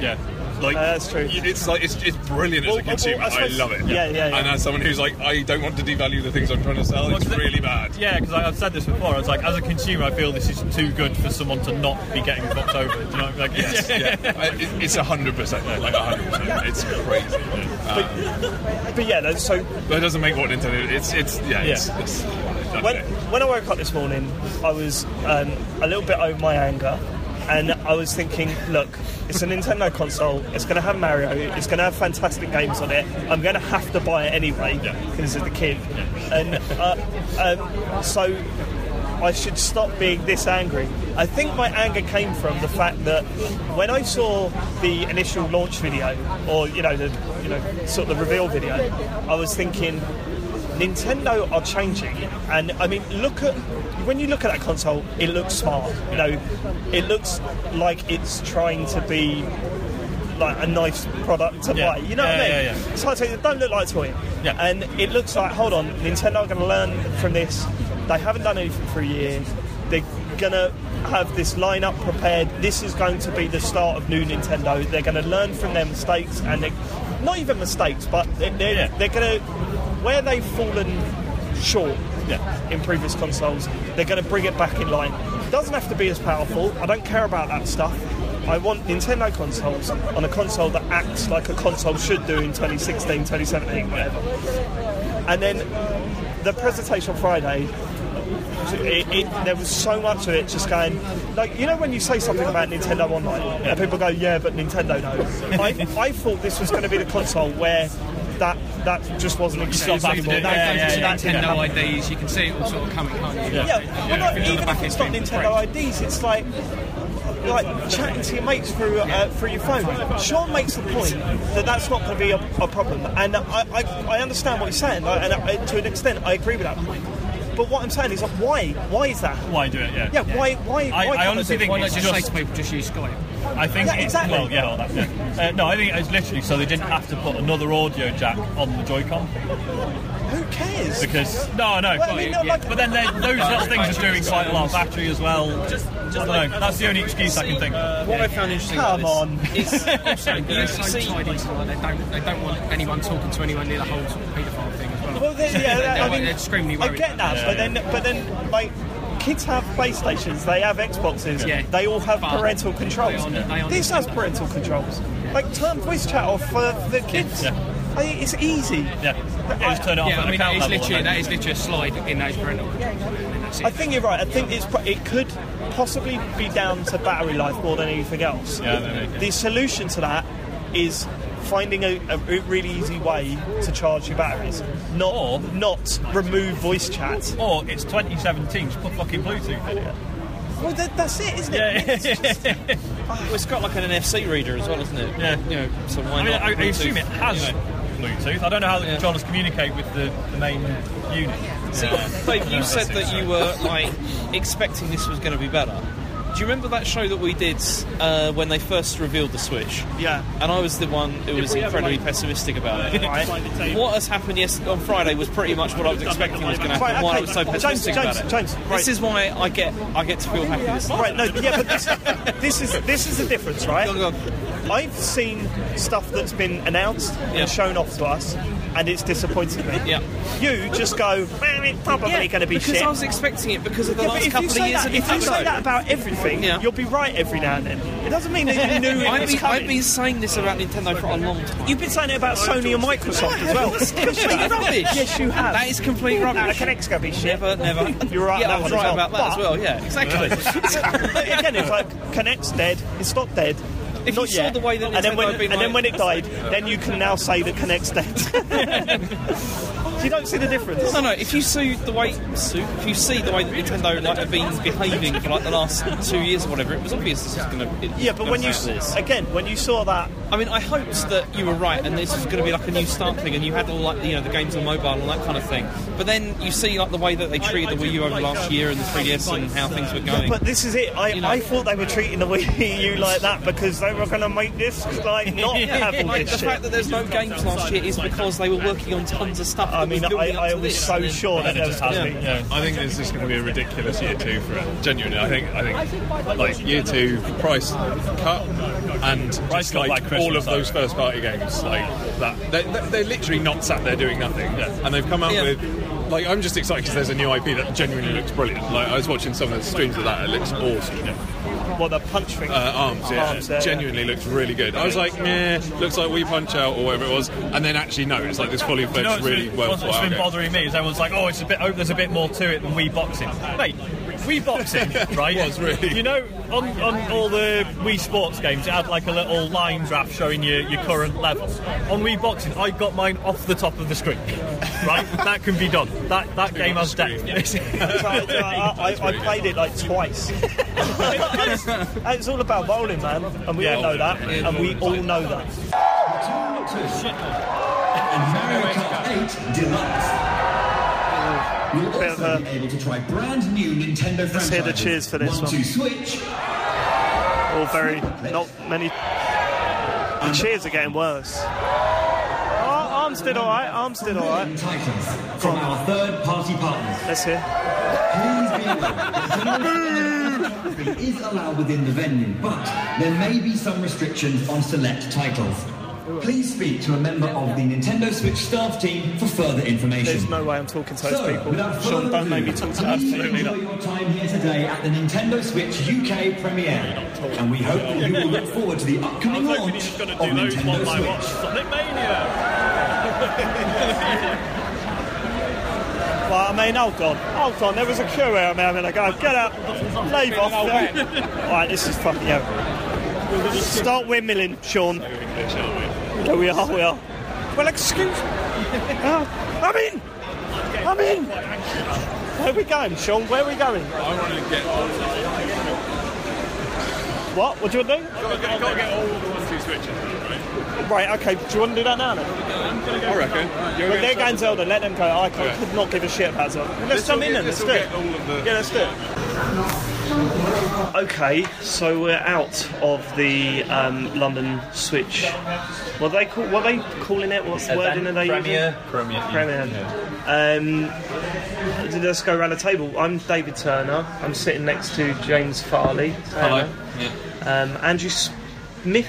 Speaker 7: yeah.
Speaker 6: Like
Speaker 1: Uh, that's true.
Speaker 6: y- It's like it's, it's brilliant
Speaker 1: Well,
Speaker 6: as a
Speaker 1: well,
Speaker 6: consumer.
Speaker 1: well, I
Speaker 6: I
Speaker 1: suppose-
Speaker 6: love it.
Speaker 1: yeah, yeah, yeah.
Speaker 6: And as someone who's like, I don't want to devalue the things I'm trying to sell. It's
Speaker 7: Well, 'cause it-
Speaker 6: really bad.
Speaker 7: Yeah, because I've said this before. I was like, as a consumer, I feel this is too good for someone to not be getting fucked over. Do you know? what I mean? Like,
Speaker 6: Yes, yeah. I- it- It's hundred percent, like hundred percent. It's crazy. Um,
Speaker 1: But yeah, no, so
Speaker 6: but it doesn't make what Nintendo. It's it's yeah. It's,
Speaker 7: Yeah.
Speaker 6: it's,
Speaker 1: when
Speaker 6: okay.
Speaker 1: when I woke up this morning, I was um, a little bit over my anger, and I was thinking, look, it's a Nintendo console. It's going to have Mario. It's going to have fantastic games on it. I'm going to have to buy it anyway because of the kid. And uh, um, so I should stop being this angry. I think my anger came from the fact that when I saw the initial launch video, or you know, the you know, sort of the reveal video, I was thinking, Nintendo are changing, and I mean, look at when you look at that console, it looks smart. You know, it looks like it's trying to be like a nice product to
Speaker 7: Yeah.
Speaker 1: buy. You know
Speaker 7: Yeah,
Speaker 1: what I mean?
Speaker 7: yeah, yeah.
Speaker 1: It's like saying, don't look like a toy.
Speaker 7: Yeah.
Speaker 1: And it looks like, hold on, Nintendo are going to learn from this. They haven't done anything for a year. They're going to have this lineup prepared. This is going to be the start of new Nintendo. They're going to learn from their mistakes and they not even mistakes, but they- they're,
Speaker 7: Yeah.
Speaker 1: they're going to, where they've fallen short
Speaker 7: Yeah.
Speaker 1: in previous consoles, they're going to bring it back in line. It doesn't have to be as powerful. I don't care about that stuff. I want Nintendo consoles on a console that acts like a console should do in 2016, 2017, whatever. And then the presentation Friday, it, it, there was so much of it just going like you know when you say something about Nintendo online and people go yeah but Nintendo no I, I thought this was going to be the console where that that just wasn't
Speaker 7: Stop
Speaker 1: exclusive
Speaker 7: happening.
Speaker 1: or that-
Speaker 7: Yeah, yeah, yeah.
Speaker 1: that didn't happen.
Speaker 5: Nintendo IDs, you can see it all sort of coming, can't you?
Speaker 1: Yeah, well, not,
Speaker 5: if it's on the
Speaker 1: even
Speaker 5: back
Speaker 1: if it's not
Speaker 5: end being
Speaker 1: Nintendo IDs, it's like like chatting to your mates through uh, through your phone. Sean makes the point that that's not going to be a, a problem, and I, I, I understand what he's saying, like, and I, to an extent I agree with that point. But what I'm saying is, like, why why is that?
Speaker 7: Why do it? Yeah.
Speaker 1: Yeah, why why?
Speaker 7: I-
Speaker 1: why
Speaker 7: I
Speaker 1: can't do
Speaker 7: honestly
Speaker 1: it?
Speaker 7: think
Speaker 5: Why not
Speaker 7: It's
Speaker 5: just, say
Speaker 7: just-
Speaker 5: to people, just use Skype?
Speaker 7: I think
Speaker 1: Yeah,
Speaker 7: it's-
Speaker 1: exactly.
Speaker 7: Well, yeah, all that, yeah. Uh, no, I think it's literally so they didn't have to put another audio jack on the Joy-Con
Speaker 1: who cares?
Speaker 7: because no, I know.
Speaker 1: Well, I mean, no, like-
Speaker 7: but then they- those little things are doing quite a lot of battery as well. Just, I don't know. That's the only excuse I can think. of.
Speaker 3: What I found interesting
Speaker 1: Come
Speaker 3: about
Speaker 1: on.
Speaker 3: this is also you,
Speaker 5: They're
Speaker 3: you
Speaker 5: so
Speaker 3: see
Speaker 5: tied into like, they don't they don't want anyone talking to anyone near the whole sort of paedophile thing as well.
Speaker 1: Well, they, yeah,
Speaker 5: they're,
Speaker 1: I
Speaker 5: like,
Speaker 1: mean,
Speaker 5: they're extremely
Speaker 1: I
Speaker 5: worried.
Speaker 1: get that, but then, but then, like, kids have PlayStations, they have Xboxes,
Speaker 5: Yeah.
Speaker 1: they all have
Speaker 5: But
Speaker 1: parental
Speaker 5: they
Speaker 1: controls.
Speaker 5: aren't- they aren't-
Speaker 1: this has parental controls. Like, turn voice chat off for the kids.
Speaker 7: Yeah.
Speaker 1: I mean, it's easy.
Speaker 7: Yeah, yeah just turn it off
Speaker 5: Yeah,
Speaker 7: at
Speaker 5: I
Speaker 7: an
Speaker 5: mean,
Speaker 7: account
Speaker 5: that is
Speaker 7: level.
Speaker 5: literally
Speaker 7: and
Speaker 5: that
Speaker 7: then-
Speaker 5: is literally a slide in those parental controls. and that's it.
Speaker 1: I think you're right. I think it's pro- it could possibly be down to battery life more than anything else.
Speaker 7: Yeah, maybe, yeah.
Speaker 1: The solution to that is finding a, a re- really easy way to charge your batteries, not
Speaker 7: Or-
Speaker 1: not remove voice chat.
Speaker 7: Or it's 2017. Just put fucking Bluetooth in it.
Speaker 1: Well, that, that's it, isn't it?
Speaker 7: Yeah.
Speaker 4: Well, it's got like an NFC reader as well, isn't it?
Speaker 7: Yeah.
Speaker 4: You know, so why
Speaker 7: I mean,
Speaker 4: not?
Speaker 7: I, I
Speaker 4: Bluetooth,
Speaker 7: assume it has
Speaker 4: you know.
Speaker 7: Bluetooth. I don't know how the
Speaker 4: Yeah.
Speaker 7: controllers communicate with the, the main unit.
Speaker 4: See, Dave, you said that you were like expecting this was going to be better. do you remember that show that we did uh, when they first revealed the Switch?
Speaker 1: Yeah.
Speaker 4: And I was the one who was
Speaker 7: we have,
Speaker 4: incredibly
Speaker 7: like-
Speaker 4: pessimistic about it.
Speaker 1: Right.
Speaker 7: Slide the table.
Speaker 4: What has happened yes on Friday was pretty much what I was expecting was going to happen.
Speaker 1: Right,
Speaker 4: Why
Speaker 1: okay.
Speaker 4: I was so
Speaker 1: James,
Speaker 4: pessimistic
Speaker 1: James,
Speaker 4: about it.
Speaker 1: James, right.
Speaker 4: This is why I get I get to feel happy. This time.
Speaker 1: Right, no, yeah, but this, this is this is the difference, right?
Speaker 4: Go on, go
Speaker 1: I've seen stuff that's been announced
Speaker 4: Yeah.
Speaker 1: and shown off to us, and it's disappointed me.
Speaker 4: Yeah.
Speaker 1: You just go, "Well, it's probably
Speaker 4: Yeah,
Speaker 1: going to be
Speaker 4: because
Speaker 1: shit.
Speaker 4: I was expecting it because of the
Speaker 1: Yeah, but
Speaker 4: last
Speaker 1: if
Speaker 4: couple
Speaker 1: you,
Speaker 4: of
Speaker 1: say
Speaker 4: years
Speaker 1: that,
Speaker 4: of
Speaker 1: if you say
Speaker 4: Nintendo.
Speaker 1: that about everything,
Speaker 4: Yeah.
Speaker 1: you'll be right every now and then. It doesn't mean that you knew it
Speaker 4: I've
Speaker 1: was
Speaker 4: been,
Speaker 1: coming.
Speaker 4: I've been saying this about Nintendo for a long time.
Speaker 1: You've been saying it about Sony and Microsoft as well.
Speaker 4: complete rubbish.
Speaker 1: Yes, you have.
Speaker 4: That is complete
Speaker 1: Nah, the
Speaker 4: rubbish.
Speaker 1: Kinect's going to be shit.
Speaker 4: Never, never.
Speaker 1: You're right on
Speaker 4: Yeah,
Speaker 1: that
Speaker 4: I
Speaker 1: one
Speaker 4: was right
Speaker 1: as well.
Speaker 4: about that as
Speaker 1: But-
Speaker 4: well. Yeah, exactly.
Speaker 1: But again, it's like Kinect's dead. It's not dead.
Speaker 4: If
Speaker 1: not
Speaker 4: you saw
Speaker 1: yet.
Speaker 4: the way that
Speaker 1: and then
Speaker 4: Nintendo
Speaker 1: when
Speaker 4: had been
Speaker 1: and then
Speaker 4: like- uh,
Speaker 1: when it died, then you can now say that Kinect's dead. you don't see the difference.
Speaker 4: No, no. If you see the way, sue, if you see the way that Nintendo like have been behaving for like the last two years or whatever, it was obvious this was going to.
Speaker 1: Yeah, but when you
Speaker 4: this,
Speaker 1: again when you saw that,
Speaker 4: I mean, I hoped that you were right, and this was going to be like a new start thing, and you had all like you know the games on mobile and that kind of thing. But then you see like the way that they treated the Wii U over the last year and the 3DS and how things were going.
Speaker 1: but this is it. I,
Speaker 4: You know.
Speaker 1: I thought they were treating the Wii U like that because they were going to make this like not have all
Speaker 4: like,
Speaker 1: this
Speaker 4: the
Speaker 1: shit.
Speaker 4: fact that there's no games last year is because they were working on tons of stuff. That
Speaker 1: I mean,
Speaker 4: was
Speaker 1: I,
Speaker 4: building up
Speaker 1: I
Speaker 4: to
Speaker 1: was
Speaker 4: this,
Speaker 1: so
Speaker 4: and then-
Speaker 1: sure that there was happening.
Speaker 7: Yeah.
Speaker 6: I think this is going to be a ridiculous year two for it. Genuinely, I think I think like year two price cut and price
Speaker 7: Price cut
Speaker 6: like,
Speaker 7: like Christmas,
Speaker 6: all of
Speaker 7: I
Speaker 6: those first party games like that. They, they, they're literally not sat there doing nothing, and they've come out
Speaker 4: Yeah.
Speaker 6: with. Like I'm just excited because there's a new IP that genuinely looks brilliant. Like I was watching some of the streams of that; it looks awesome.
Speaker 1: Well, the punch thing.
Speaker 6: Uh, arms, yeah,
Speaker 1: Arms, yeah,
Speaker 6: genuinely looks really good. I was like, yeah, looks like we punch out or whatever it was, and then actually no, it's like this fully
Speaker 7: You know
Speaker 6: fledged,
Speaker 7: what's
Speaker 6: really
Speaker 7: been,
Speaker 6: well
Speaker 7: what's- what's
Speaker 6: thought out
Speaker 7: been
Speaker 6: game.
Speaker 7: bothering me is everyone's like, oh, it's a bit. Oh, there's a bit more to it than Wii boxing. Mate, Wii boxing, right?
Speaker 6: Was really.
Speaker 7: You know, on, on all the Wii Sports games, it had like a little line graph showing your, your current level. On Wii boxing, I got mine off the top of the screen. Right, that can be done. That that game has depth.
Speaker 1: I, I, I, I played it like twice. it's all about bowling, man, and we all know that, and we all know that.
Speaker 8: America 8 Deluxe. You'll
Speaker 1: Bit of a-
Speaker 8: also be able to try brand new Nintendo franchises.
Speaker 1: hear the cheers for this one.
Speaker 8: one. two, Switch.
Speaker 1: All very not many. The cheers are getting worse. Oh, arms did all right. Arms did all right.
Speaker 8: and Titans from our third-party partners.
Speaker 1: Let's hear.
Speaker 8: Please be aware that general photography is allowed within the venue, but there may be some restrictions on select titles. Please speak to a member of the Nintendo Switch staff team for further information.
Speaker 1: There's no way I'm talking to
Speaker 8: So,
Speaker 1: those people.
Speaker 8: without further
Speaker 1: Sean, don't
Speaker 8: ado,
Speaker 1: make me talk to them.
Speaker 8: please enjoy your time here today at the Nintendo Switch UK premiere, and we hope that you will look forward to the
Speaker 7: I
Speaker 8: upcoming
Speaker 7: was hoping
Speaker 8: launch
Speaker 7: he was going to
Speaker 8: of
Speaker 7: do those one by
Speaker 8: Nintendo
Speaker 7: one.
Speaker 8: Switch.
Speaker 7: Sonic Mania.
Speaker 1: Well, I mean, hold on, hold on. There was a queue here a minute ago. Get up, leave off. all right, this is fucking over. Start windmilling, Sean. There we are, we are. Well, excuse me. Oh, I'm in. I'm in. Where are we going, Sean? Where are we going?
Speaker 6: I wanted to get all,
Speaker 1: What? What do you want to
Speaker 6: gotta get, gotta get all the one two switches, right?
Speaker 1: do? Right, okay. Do you want to do that now then?
Speaker 6: I reckon. You're
Speaker 1: But they're
Speaker 6: gonna-
Speaker 1: going Zelda. Let them go. I can't,
Speaker 6: Okay.
Speaker 1: could not give a shit about Zelda. Let's
Speaker 6: This'll
Speaker 1: come in
Speaker 6: get-
Speaker 1: then. Let's do
Speaker 6: this'll
Speaker 1: it.
Speaker 6: get all of the-
Speaker 1: Yeah, let's do it. Okay, so we're out of the um, London Switch. What are they call? What are they calling it? What's the wording are they using?
Speaker 6: Premier.
Speaker 1: Premier. Um, let's go around the table. I'm David Turner. I'm sitting next to James Farley. Hello. Um, Andrew Smith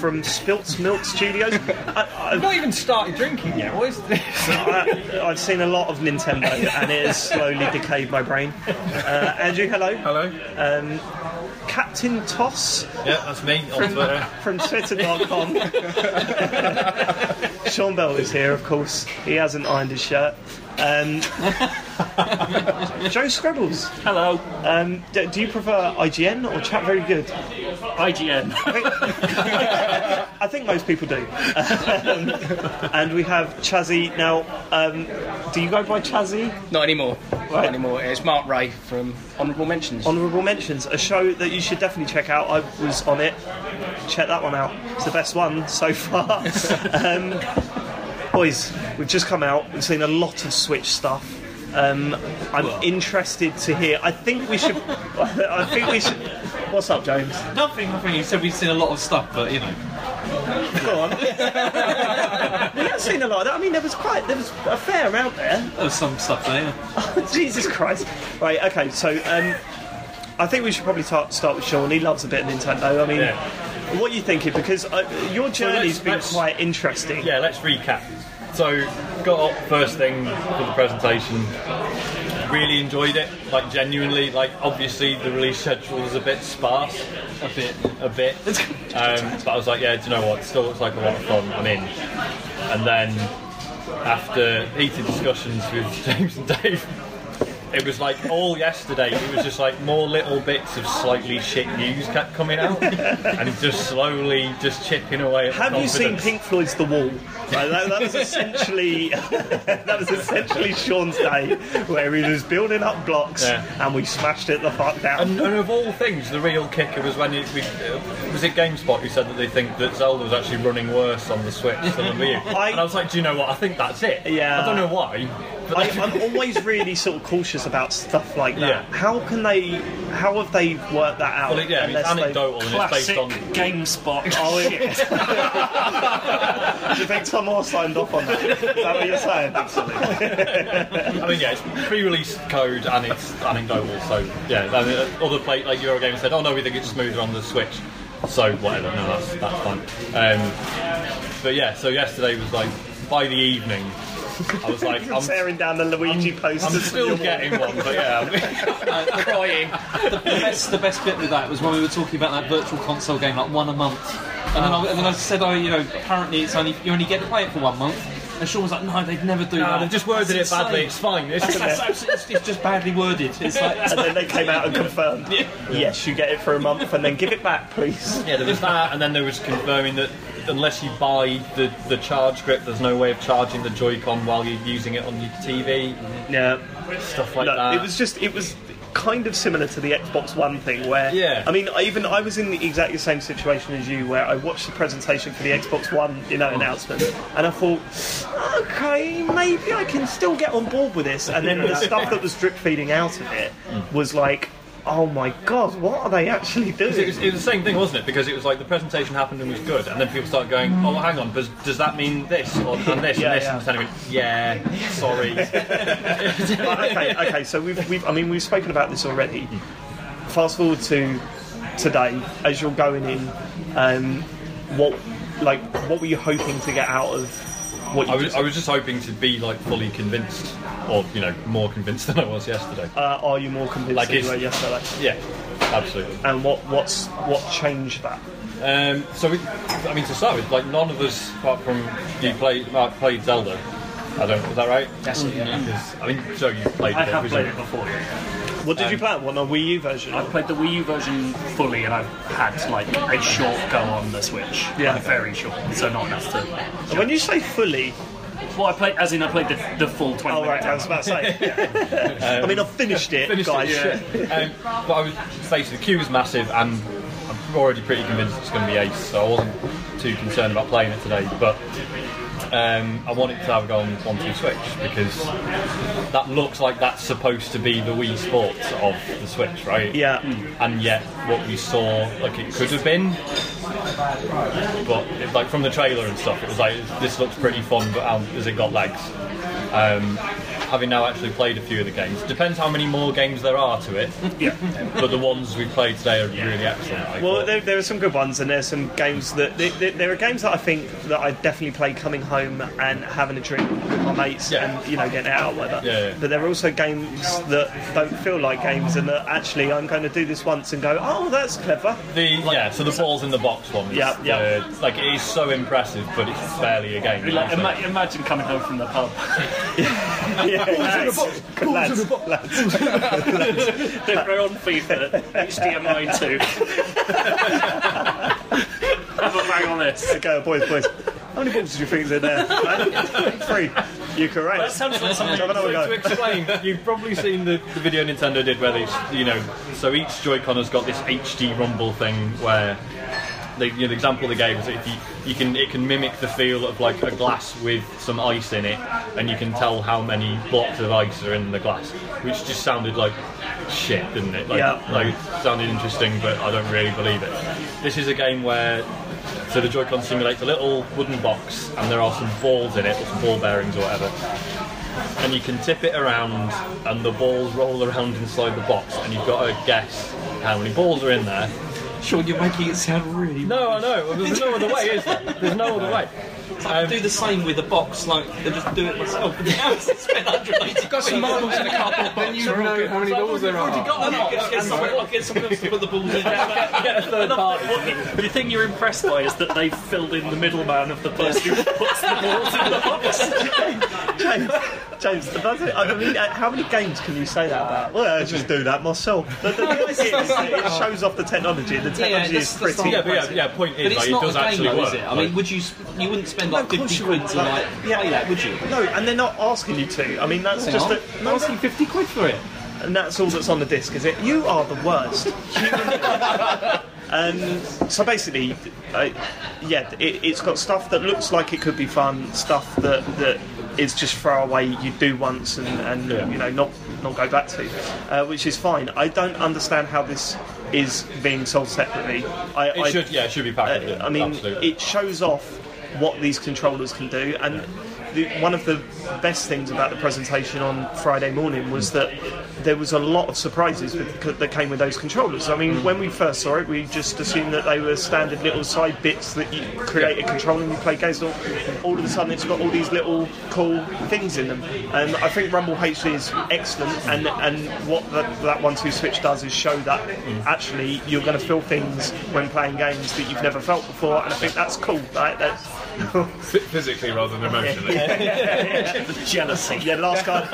Speaker 1: from Spilt Milk Studios. I, I,
Speaker 9: I've not even started drinking yet. What is this?
Speaker 1: I, I've seen a lot of Nintendo, and it has slowly decayed my brain. Uh, Andrew, hello. Um,
Speaker 6: Hello.
Speaker 1: Captain Toss
Speaker 9: Yeah, that's me on Twitter.
Speaker 1: from Twitter.com. Sean Bell is here, of course. He hasn't ironed his shirt. Um, Joe Scribbles.
Speaker 9: Hello,
Speaker 1: Um, d- do you prefer IGN or Chat Very Good?
Speaker 9: IGN.
Speaker 1: I think most people do. Um, and we have Chazzy. Now, um, do you go by Chazzy?
Speaker 9: Not anymore.
Speaker 1: Right.
Speaker 9: Not anymore. It's Mark Ray from Honourable Mentions.
Speaker 1: Honourable Mentions, a show that you should definitely check out. I was on it. Check that one out. It's the best one so far. um, boys, we've just come out. We've seen a lot of Switch stuff. Um, I'm interested to hear. I think we should. I think we should. What's up, James?
Speaker 3: Nothing. I think you said we've seen a lot of stuff, but you know.
Speaker 1: Go on. we have seen a lot of that. I mean, there was quite there was a fair amount there.
Speaker 3: There was some stuff there.
Speaker 1: Jesus Christ. Right. Okay. So, um, I think we should probably ta- start with Sean. He loves a bit of Nintendo. I mean, what are you thinking? Because uh, your journey's
Speaker 7: let's-
Speaker 1: been
Speaker 7: let's-
Speaker 1: quite interesting.
Speaker 7: Yeah, let's recap. So, got up first thing for the presentation. Really enjoyed it, like genuinely. Like obviously, the release schedule was a bit sparse, a bit, a bit. Um, but I was like, yeah, do you know what? It still looks like a lot of fun. I'm in. And then after heated discussions with James and Dave. It was like all yesterday. It was just like more little bits of slightly shit news kept coming out, and just slowly just chipping away. At the
Speaker 1: Have you seen
Speaker 7: confidence.
Speaker 1: Pink Floyd's The Wall? Like, that, that was essentially that was essentially Sean's day, where he was building up blocks
Speaker 7: Yeah.
Speaker 1: and we smashed it the fuck down.
Speaker 7: And, and of all things, the real kicker was when it, we, uh, was it GameSpot who said that they think that Zelda was actually running worse on the Switch than on Wii U.
Speaker 1: I-
Speaker 7: and I was like, do you know what? I think that's it.
Speaker 1: Yeah.
Speaker 7: I don't know why. But
Speaker 1: I, I'm always really sort of cautious about stuff like that.
Speaker 7: Yeah.
Speaker 1: How can they? How have they worked that out?
Speaker 7: well, it- yeah, I mean, it's
Speaker 1: unless they've-
Speaker 7: anecdotal and it's based
Speaker 5: Classic
Speaker 7: on.
Speaker 5: GameSpot.
Speaker 1: Oh, shit. Do you think Tom Moore signed off on that? Is that what you're saying? Absolutely.
Speaker 7: I mean, yeah, it's pre-release code and it's anecdotal. So yeah, I mean, uh, other play like Eurogamer said, oh no, we think it's smoother on the Switch. So whatever, no, that's that's fine. Um, but yeah, so yesterday was like by the evening, I was like, I'm
Speaker 1: Tearing down the Luigi posters.
Speaker 7: I'm
Speaker 1: from your
Speaker 7: still
Speaker 1: wall.
Speaker 7: getting one, but yeah.
Speaker 3: crying. The, the best, the best bit with that was when we were talking about that virtual console game, like one a month. And then, I, and then I said, oh, you know, apparently it's only you only get to play it for one month. And Sean was like, no, they'd never do that.
Speaker 7: No, they've just worded
Speaker 3: That's
Speaker 7: it badly.
Speaker 3: insane.
Speaker 7: It's fine. It's
Speaker 3: That's, that's absolutely, it's, it's just badly worded. It's like,
Speaker 1: And then they came out and confirmed. Yes, you get it for a month, and then give it back, please.
Speaker 7: yeah, there was that, and then there was confirming that unless you buy the, the charge grip, there's no way of charging the Joy-Con while you're using it on your TV,
Speaker 1: Yeah.
Speaker 7: stuff like
Speaker 1: No,
Speaker 7: that.
Speaker 1: it was just it was kind of similar to the Xbox One thing where
Speaker 7: Yeah.
Speaker 1: I mean I even I was in the exactly same situation as you where I watched the presentation for the Xbox One you know announcement and I thought okay maybe I can still get on board with this and then the stuff that was drip feeding out of it was like oh my god what are they actually
Speaker 7: It
Speaker 1: doing
Speaker 7: was, it was the same thing, wasn't it? Because it was like the presentation happened and was good, and then people started going, "Oh, well, hang on, does, does that mean this or and this
Speaker 1: Yeah,
Speaker 7: and this?"
Speaker 1: yeah.
Speaker 7: And kind of going, "Yeah, sorry."
Speaker 1: okay, okay. So we've, we've, I mean, we've spoken about this already. Fast forward to today, as you're going in, um, what, like, what were you hoping to get out of what you?
Speaker 7: I was,
Speaker 1: just-
Speaker 7: I was just hoping to be like fully convinced, or you know, more convinced than I was yesterday.
Speaker 1: uh, are you more convinced
Speaker 7: Like
Speaker 1: than you
Speaker 7: it's-
Speaker 1: were yesterday?
Speaker 7: Yeah, absolutely.
Speaker 1: And what, what's, what changed that?
Speaker 7: Um, so, we, I mean, to start with, like none of us, apart from you, played Mark played Zelda. I don't. Is that right?
Speaker 9: That's it, yeah.
Speaker 7: Yes. I mean, so you played.
Speaker 5: I
Speaker 7: it,
Speaker 5: have played
Speaker 7: obviously.
Speaker 5: it before. yeah.
Speaker 1: What did you
Speaker 7: Um,
Speaker 1: play? What on the Wii U version?
Speaker 5: I've played the Wii U version fully, and I've had like a short go on the Switch.
Speaker 1: Yeah.
Speaker 5: Like, very short, so not enough to
Speaker 1: When you say fully,
Speaker 5: Well, I played, as in I played the, the full 20
Speaker 1: oh
Speaker 5: minute
Speaker 1: right, I was about to say. I mean, I've finished it,
Speaker 7: Um, Finished it,
Speaker 1: guys.
Speaker 7: um, but I was basically the queue was massive, and I'm already pretty convinced it's going to be ace, so I wasn't too concerned about playing it today. But um, I wanted to have a go on one two switch because that looks like that's supposed to be the Wii Sports of the Switch, right?
Speaker 1: Yeah.
Speaker 7: And yet, what we saw, like it could have been, but it, like from the trailer and stuff, it was like this looks pretty fun, but um, has it got legs? Um, having now actually played a few of the games, depends how many more games there are to it.
Speaker 5: Yeah.
Speaker 7: but the ones we played today are really excellent. I
Speaker 1: Well,
Speaker 7: thought.
Speaker 1: there, there are some good ones, and there's some games that there, there, there are games that I think that I definitely play coming home and having a drink with my mates,
Speaker 7: Yeah.
Speaker 1: and you know getting out or whatever.
Speaker 7: Yeah, yeah.
Speaker 1: But there are also games that don't feel like games, and that actually I'm going to do this once and go, oh, that's clever.
Speaker 7: the yeah, so the balls in the box one. is,
Speaker 1: Yeah, yeah.
Speaker 7: uh, like it is so impressive, but it's barely a game.
Speaker 5: Like,
Speaker 7: It's like-
Speaker 5: ima- imagine coming home from the pub.
Speaker 1: Yeah, nice. Good lads.
Speaker 5: They're on FIFA, HDMI 2. have a bang on this.
Speaker 1: Go, boys, boys. How many balls did you think's in there? Three. You're correct.
Speaker 5: That sounds like something.
Speaker 1: Have another
Speaker 7: So
Speaker 1: go.
Speaker 7: to explain, you've probably seen the, the video Nintendo did where they, s- you know, so each Joy-Con has got this HD rumble thing where the, you know, the example they gave is if you, you can it can mimic the feel of like a glass with some ice in it, and you can tell how many blocks of ice are in the glass, which just sounded like shit, didn't it? Like,
Speaker 1: Yeah.
Speaker 7: like sounded interesting, but I don't really believe it. This is a game where so the Joy-Con simulates a little wooden box, and there are some balls in it, or some ball bearings or whatever and you can tip it around and the balls roll around inside the box and you've got to guess how many balls are in there.
Speaker 3: Sean, you're making it sound really.
Speaker 7: Oh, No, I know. There's no other way, is there? There's no other way.
Speaker 3: I could do the same with a box, like and just do it myself. But now it's spent 180 Got some marbles in a cardboard box. Then you know how many balls there are. I'll get- I'll get someone- I'll get someone else to put the balls in.
Speaker 5: Get a third party. What, the thing you're impressed by is that they've filled in the middleman of the person who puts the balls in the box.
Speaker 1: James, James, that's it. I mean, uh, how many games can you say that about? Well, I just do that myself. But the thing is, it- it shows off the technology. The technology
Speaker 3: that's-
Speaker 1: is
Speaker 3: that's
Speaker 1: pretty.
Speaker 3: the
Speaker 7: Yeah, but yeah, yeah, point
Speaker 3: But
Speaker 7: is,
Speaker 3: it's
Speaker 7: like, it
Speaker 3: not
Speaker 7: does
Speaker 3: a game,
Speaker 7: actually
Speaker 3: though,
Speaker 7: work.
Speaker 3: is it? I mean, would you sp- you wouldn't spend like
Speaker 1: of course
Speaker 3: 50
Speaker 1: you
Speaker 3: quid
Speaker 1: wouldn't,
Speaker 3: to like
Speaker 1: like- yeah.
Speaker 3: play that, would you?
Speaker 1: No, and they're not asking you to. I mean, that's
Speaker 3: Hang
Speaker 1: just
Speaker 3: on.
Speaker 1: a, no,
Speaker 3: asking 50 quid for it.
Speaker 1: and that's all that's on the disc, is it? You are the worst. um, so basically, I, yeah, it, it's got stuff that looks like it could be fun, stuff that that is just throwaway. You do once and, and you know not not go back to, uh, which is fine. I don't understand how this is being sold separately. I,
Speaker 7: It
Speaker 1: I,
Speaker 7: should, yeah, it should be packaged.
Speaker 1: uh, I mean,
Speaker 7: absolutely.
Speaker 1: it shows off what these controllers can do, and the, one of the best things about the presentation on Friday morning was that there was a lot of surprises with, c- that came with those controllers. I mean, when we first saw it, we just assumed that they were standard little side bits that you create a controller and you play games on. All of a sudden, it's got all these little cool things in them, and I think Rumble HD is excellent. And and what the, that one two switch does is show that actually you're going to feel things when playing games that you've never felt before, and I think that's cool. Right? That's
Speaker 4: Phy- physically rather than emotionally.
Speaker 1: jealousy. Yeah, last guard,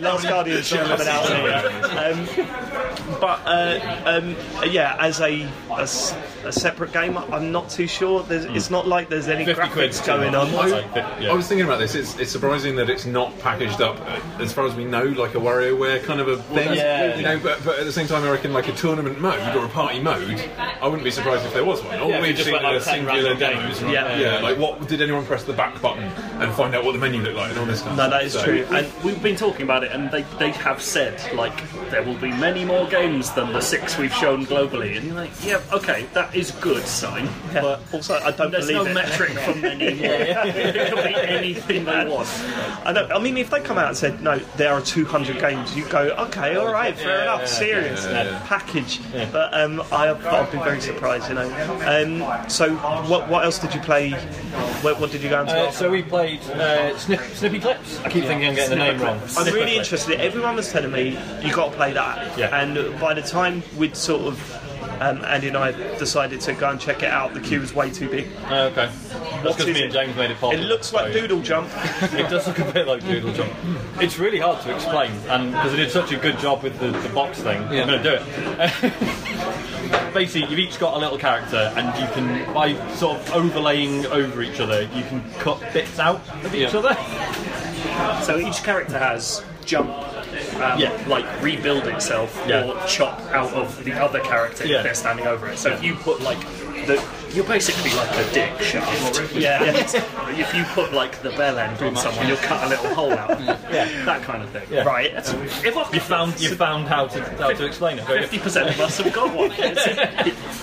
Speaker 1: last guardian's not coming out. anyway. Um, but uh, um, yeah, as a, a s- a separate game, I'm not too sure. There's, It's not like there's any
Speaker 7: 50
Speaker 1: graphics
Speaker 7: quid's too
Speaker 1: going
Speaker 7: much.
Speaker 1: on.
Speaker 7: It's like, but, yeah.
Speaker 4: I was thinking about this. It's, it's surprising that it's not packaged up, uh, as far as we know, like a WarioWare kind of a thing.
Speaker 7: yeah,
Speaker 4: you know, but, but at the same time, I reckon like a tournament mode or a party mode. I wouldn't be surprised if there was one. All
Speaker 5: Yeah,
Speaker 4: we've
Speaker 5: just
Speaker 4: seen
Speaker 5: like, like,
Speaker 4: are
Speaker 5: 10
Speaker 4: singular
Speaker 5: random
Speaker 4: demos,
Speaker 5: games,
Speaker 4: right?
Speaker 1: Yeah.
Speaker 4: yeah. Like, what did anyone press the back button and find out what the menu looked like and all this stuff?
Speaker 1: No, that is
Speaker 4: So-
Speaker 1: true. And
Speaker 5: We've been talking about it, and they, they have said like there will be many more games than the six we've shown globally. And you're like, yeah, okay, that is good sign.
Speaker 1: but also, I don't
Speaker 5: There's
Speaker 1: believe
Speaker 5: no
Speaker 1: it.
Speaker 5: metric for many more. It could be anything they want.
Speaker 1: I know. I mean, if they come out and said no, there are 200 games, you go, okay, all right, fair enough, serious package. But um, I, I've been very surprised, you know. Um, so, what what else did you play? What, what did you go into?
Speaker 7: Uh, so we played uh, snip, Snippy Clips. I keep thinking I'm getting the name wrong.
Speaker 1: I'm really interested. Everyone was telling me you got to play that,
Speaker 7: Yeah.
Speaker 1: and by the time we'd sort of. Um, Andy and I decided to go and check it out. The queue was way too big.
Speaker 7: Uh, okay. That's
Speaker 1: What
Speaker 7: because
Speaker 1: is
Speaker 7: me and
Speaker 1: it?
Speaker 7: James made it
Speaker 1: It
Speaker 7: possible.
Speaker 1: looks like
Speaker 7: so-
Speaker 1: Doodle Jump.
Speaker 7: it does look a bit like Doodle Jump. It's really hard to explain, and because they did such a good job with the, the box thing,
Speaker 3: Yeah.
Speaker 7: I'm going to do it. Basically, you've each got a little character, and you can, by sort of overlaying over each other, you can cut bits out of each
Speaker 3: Yeah.
Speaker 7: other.
Speaker 5: So each character has jump, um,
Speaker 7: Yeah.
Speaker 5: like rebuild itself
Speaker 7: Yeah.
Speaker 5: or chop out of the other character
Speaker 7: Yeah.
Speaker 5: if they're standing over it. So if you put like the, you're basically like a dick shaft.
Speaker 1: Yeah.
Speaker 5: if you put like the bell end on someone, you'll cut a little hole out. yeah. That kind of thing.
Speaker 7: Yeah.
Speaker 1: Right.
Speaker 5: If I've
Speaker 7: You found you found how to how to explain it. Very good.
Speaker 5: fifty percent of us have got one.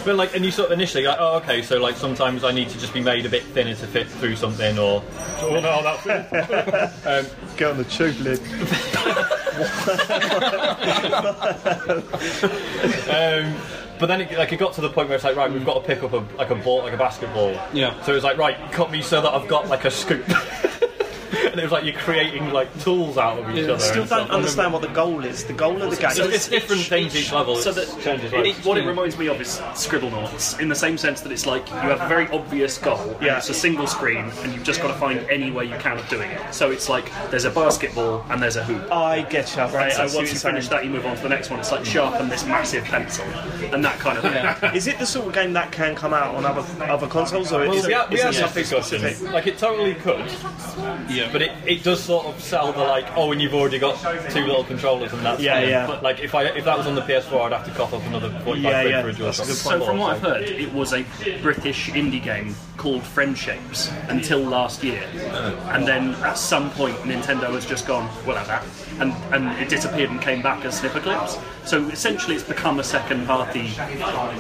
Speaker 7: But like, and you sort of initially like, oh, okay, so like sometimes I need to just be made a bit thinner to fit through something, or
Speaker 5: oh no, that
Speaker 1: Um, Get on the tube lid.
Speaker 7: Um, but then it, like it got to the point where it's like right, we've got to pick up a, like a ball, like a basketball.
Speaker 3: Yeah.
Speaker 7: So it was like right, cut me so that I've got like a scoop. and it was like you're creating like tools out of each other.
Speaker 1: Still
Speaker 7: and stuff.
Speaker 1: don't understand what the goal is. The goal of the game.
Speaker 7: So it's different things each level.
Speaker 5: So
Speaker 7: it's
Speaker 5: that
Speaker 7: changes.
Speaker 5: it-
Speaker 7: Like,
Speaker 5: what it reminds me of is scribble knots, in the same sense that it's like you have a very obvious goal. Yeah.
Speaker 1: Yeah.
Speaker 5: It's a single screen, and you've just got to find any way you can of doing it. So it's like there's a basketball and there's a hoop.
Speaker 1: I get you.
Speaker 5: Right,
Speaker 1: I
Speaker 5: so
Speaker 1: see what
Speaker 5: once you
Speaker 1: you're
Speaker 5: finish
Speaker 1: saying.
Speaker 5: that, you move on to the next one. It's like sharpen this massive pencil and that kind of thing.
Speaker 1: Is it the sort of game that can come out on other other consoles, or
Speaker 7: Well,
Speaker 1: is
Speaker 7: we
Speaker 1: it,
Speaker 7: had- we
Speaker 1: is
Speaker 7: had
Speaker 1: it
Speaker 7: that
Speaker 1: something
Speaker 7: discussion.
Speaker 1: specific?
Speaker 7: Like it totally could, Yeah. But it, it does sort of sell the like, oh, and you've already got two little controllers and that's
Speaker 10: Yeah,
Speaker 7: fine.
Speaker 10: yeah.
Speaker 7: But like if I if that was on the PS4, I'd have to cough up another 45
Speaker 10: Yeah, yeah.
Speaker 7: quid for a
Speaker 10: That's a
Speaker 7: DualShock.
Speaker 10: good
Speaker 5: So, from what I've heard, it was a British indie game called Friendships until last year, and then at some point Nintendo has just gone, "We'll have that," and and it disappeared and came back as snipper clips. So essentially, it's become a second-party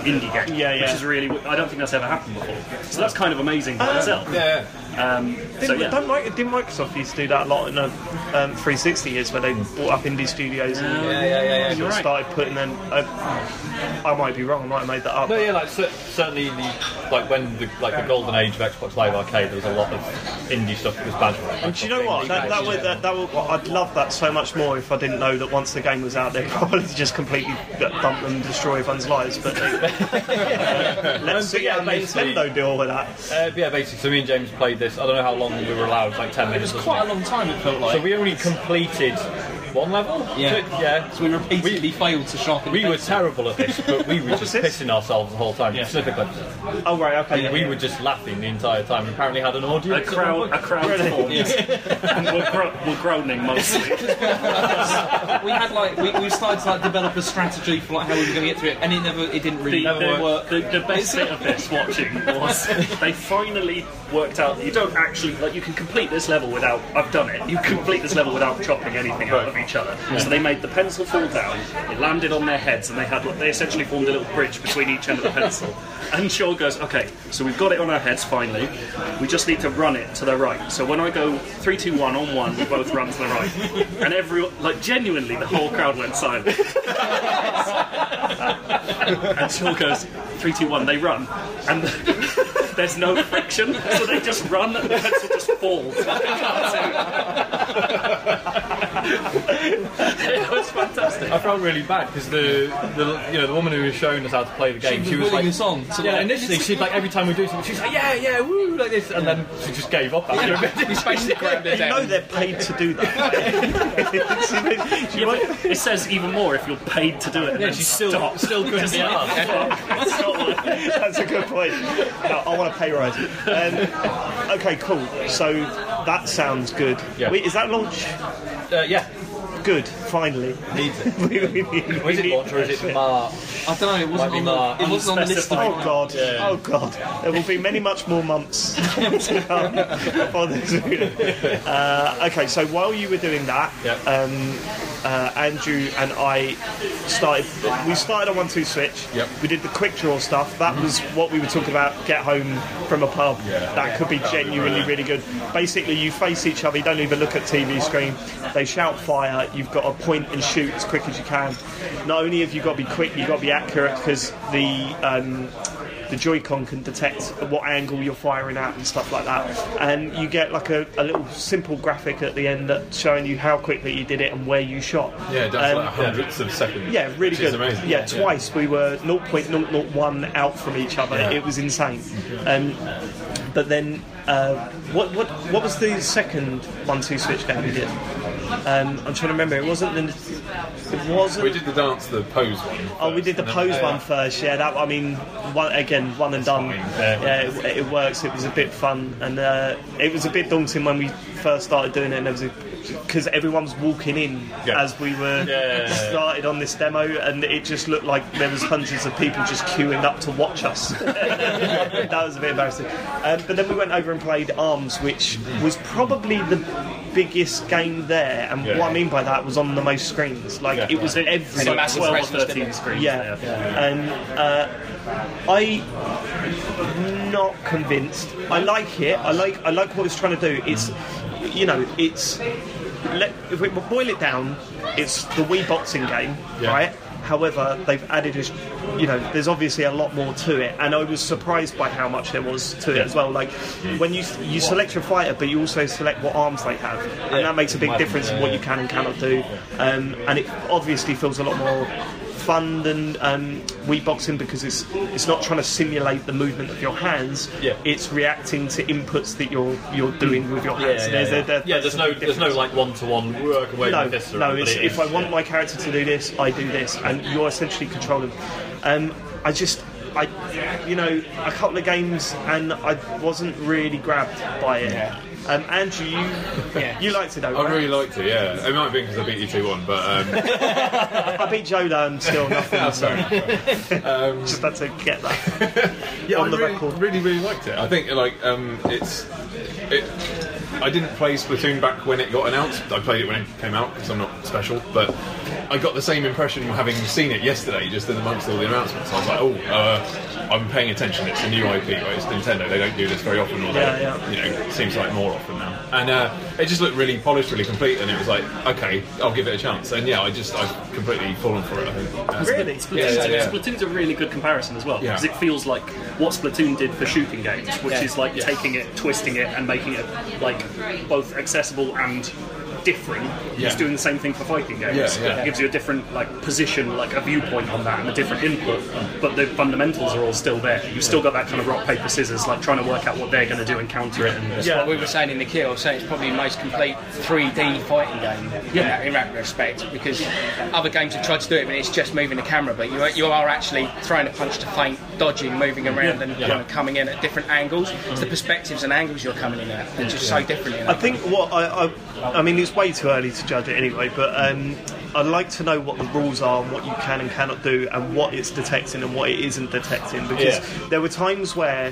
Speaker 5: indie game,
Speaker 10: Yeah, yeah.
Speaker 5: which is really I don't think that's ever happened before. So that's kind of amazing by itself.
Speaker 11: Yeah.
Speaker 5: Um, so
Speaker 1: Didn't,
Speaker 5: yeah.
Speaker 1: don't Mi- didn't Microsoft used to do that a lot in the um, 360 years where they bought up indie studios and
Speaker 5: Yeah,
Speaker 11: yeah, yeah, yeah.
Speaker 1: sort of
Speaker 5: right.
Speaker 1: started putting them. I, I might be wrong. I might have made that up.
Speaker 7: No, yeah, like cer- certainly the like when the like the golden age of Xbox Live Arcade, there was a lot of indie stuff that was bad.
Speaker 1: And do you know what? That, that would, that, that would, I'd love that so much more if I didn't know that once the game was out, they'd probably just completely dump them and destroy everyone's lives. But they, let's see
Speaker 7: yeah,
Speaker 1: how
Speaker 7: basically-
Speaker 1: Nintendo deal with that.
Speaker 7: Uh, yeah, basically. So me and James played this. I don't know how long we were allowed. Like ten
Speaker 3: It was
Speaker 7: minutes.
Speaker 3: quite a
Speaker 7: wasn't
Speaker 3: long time. It felt
Speaker 7: it?
Speaker 3: like.
Speaker 7: So we only completed one level.
Speaker 3: Yeah.
Speaker 7: Two- yeah.
Speaker 3: So we repeatedly failed to sharpen.
Speaker 7: We were
Speaker 3: pencils.
Speaker 7: terrible at this, but we were just
Speaker 1: this?
Speaker 7: pissing ourselves the whole time.
Speaker 3: Yeah.
Speaker 7: Specifically,
Speaker 1: Oh right, okay.
Speaker 7: we were just laughing the entire time. We apparently had an audience. at
Speaker 5: A
Speaker 7: one
Speaker 5: crowd, a
Speaker 7: point.
Speaker 5: crowd formed, and we're, gro- we're groaning mostly.
Speaker 3: we had like we, we started to like develop a strategy for like how we were going to get through it, and it never it didn't really
Speaker 5: The, the-
Speaker 3: work.
Speaker 5: the- the best bit of this watching was they finally worked out that you don't actually like you can complete this level without I've done it. You complete this level without chopping anything out of each other. So they made the pencil fall down. It landed on their heads, and they had they essentially formed a little bridge between each end of the pencil. And Shaw goes, okay, so we've got it on our heads finally. We just need to run it to the right. So when I go three, two, one on one, we both run to the right, and every like genuinely the whole crowd went silent. And Shaw goes, three, two, one, they run. And there's no friction, so they just run and the pencil just falls. it was fantastic.
Speaker 7: I felt really bad because the, the you know the woman who was showing us how to play the game, she, was
Speaker 3: willing
Speaker 7: like,
Speaker 3: us on. To
Speaker 7: yeah.
Speaker 3: like,
Speaker 7: Initially, she'd like every time we do something, she's like, yeah, yeah, woo, like this, and then she just gave up. After a bit.
Speaker 11: He's basically grabbed it
Speaker 1: You know
Speaker 11: down.
Speaker 1: they're paid to do that.
Speaker 5: Yeah, but it says even more if you're paid to do it. and
Speaker 7: Yeah,
Speaker 5: then
Speaker 7: she's still
Speaker 5: stop.
Speaker 7: still couldn't be asked.
Speaker 5: It's not worth it.
Speaker 1: That's a good point. No, I want a pay rise. Um, okay, cool. So that sounds good.
Speaker 7: Yeah.
Speaker 1: Wait, is that launch
Speaker 7: Uh, yeah,
Speaker 1: good? Finally,
Speaker 7: needs it.
Speaker 1: we, we need-
Speaker 7: Or is it
Speaker 1: we need
Speaker 7: launch or is it
Speaker 1: shit.
Speaker 7: March?
Speaker 3: I don't know. It wasn't on
Speaker 7: Might be
Speaker 3: the, it
Speaker 7: not
Speaker 3: wasn't on the list. Of,
Speaker 1: Oh god! Oh god! There will be many, much more months to come before this. Uh, okay, so while you were doing that,
Speaker 7: Yep.
Speaker 1: um, uh, Andrew and I started. We started on one two switch.
Speaker 11: Yep.
Speaker 1: We did the quick draw stuff. That was what we were talking about. Get home from a pub. That could be genuinely really good. Basically, you face each other. You don't even look at TV screen. They shout fire. You've got to point and shoot as quick as you can. Not only have you got to be quick, you've got to be accurate because the um, the Joy-Con can detect what angle you're firing at and stuff like that. And you get like a, a little simple graphic at the end that showing you how quickly you did it and where you shot.
Speaker 11: Yeah, that's
Speaker 1: Um,
Speaker 11: like hundredths of seconds.
Speaker 1: yeah, really
Speaker 11: which
Speaker 1: good.
Speaker 11: Is amazing.
Speaker 1: Yeah, twice we were 0.001 out from each other. It was insane. Um, but then, uh, what what what was the second one-two switch game we did? Um, I'm trying to remember. It wasn't the. It wasn't.
Speaker 11: We did the dance, the pose one.
Speaker 1: Oh, we did the pose
Speaker 11: one.
Speaker 1: one first. Yeah, that. I mean, one again, one and done. Yeah, it, it works. It was a bit fun, and uh, it was a bit daunting when we first started doing it, and there was because everyone was walking in
Speaker 7: Yeah.
Speaker 1: as we were
Speaker 7: Yeah.
Speaker 1: started on this demo, and it just looked like there was hundreds of people just queuing up to watch us. that was a bit embarrassing. Um, but then we went over and played Arms, which was probably the biggest game there and
Speaker 7: Yeah.
Speaker 1: what I mean by that was on the most screens like
Speaker 7: Yeah.
Speaker 1: it was every
Speaker 5: It's like
Speaker 12: massive
Speaker 5: 12 or
Speaker 12: Christmas
Speaker 5: 13
Speaker 12: dinner.
Speaker 5: screens.
Speaker 1: yeah, and uh, I not convinced. I like it. I like I like what it's trying to do. It's you know it's let, if we boil it down, it's the Wii boxing game,
Speaker 7: Yeah.
Speaker 1: right? However, they've added, a, sh- you know, there's obviously a lot more to it, and I was surprised by how much there was to it as well. Like when you you select your fighter, but you also select what arms they have, and that makes a big difference in what you can and cannot do. Um, and it obviously feels a lot more fun than um, Wii boxing because it's it's not trying to simulate the movement of your hands.
Speaker 7: Yeah.
Speaker 1: It's reacting to inputs that you're you're doing with your hands. There's a- there-
Speaker 7: Yeah, there's
Speaker 1: a
Speaker 7: no
Speaker 1: big
Speaker 7: there's no
Speaker 1: difference.
Speaker 7: like one to one work away
Speaker 1: No,
Speaker 7: with this. or
Speaker 1: no.
Speaker 7: anything,
Speaker 1: It's,
Speaker 7: but it
Speaker 1: if
Speaker 7: is,
Speaker 1: I want
Speaker 7: yeah.
Speaker 1: my character to do this, I do this, and you're essentially controlling. Um, I just, I, you know, a couple of games, and I wasn't really grabbed by it. Um, Andrew, you, you liked it though,
Speaker 6: I
Speaker 1: right?
Speaker 6: really liked it, yeah. It might have been because I beat you 2 1, but. Um,
Speaker 1: I beat Jola and still nothing,
Speaker 6: I'm
Speaker 1: so
Speaker 6: sorry. Um,
Speaker 1: just had to get that.
Speaker 6: yeah,
Speaker 1: on
Speaker 6: I
Speaker 1: the
Speaker 6: really,
Speaker 1: record.
Speaker 6: really, really liked it. I think like um, it's it. I didn't play Splatoon back when it got announced. I played it when it came out because I'm not special. But I got the same impression having seen it yesterday, just in amongst all the announcements. I was like, oh, uh, I'm paying attention. It's a new IP. Right? It's Nintendo. They don't do this very often. Or they,
Speaker 1: Yeah, yeah.
Speaker 6: You know, seems like more often now. And uh, it just looked really polished, really complete. And it was like, okay, I'll give it a chance. And yeah, I just I've completely fallen for it. I think. Uh,
Speaker 1: Really?
Speaker 6: Yeah,
Speaker 5: Splatoon's,
Speaker 6: yeah, yeah.
Speaker 5: Splatoon's a really good comparison as well
Speaker 6: Yeah.
Speaker 5: because it feels like what Splatoon did for shooting games, which
Speaker 9: Yeah.
Speaker 5: is like taking it, twisting it, and making it like both accessible and different.
Speaker 6: Yeah.
Speaker 5: It's doing the same thing for fighting games.
Speaker 6: Yeah, yeah.
Speaker 5: It gives you a different like position, like a viewpoint on that, and a different input. But the fundamentals are all still there. You've still got that kind of rock paper scissors, like trying to work out what they're going to do and counter it. And
Speaker 9: Like we were saying in the kill, so it's probably the most complete 3D fighting game in, that, in that respect because other games have tried to do it, but it's just moving the camera. But you are, you are actually throwing a punch to feint, dodging, moving around, and kind of coming in at different angles. It's the perspectives and angles you're coming in at, which is so different. In
Speaker 1: Mm. I
Speaker 9: that.
Speaker 1: think what I, I, I mean, it's way too early to judge it anyway, but um, I'd like to know what the rules are and what you can and cannot do and what it's detecting and what it isn't detecting because there were times where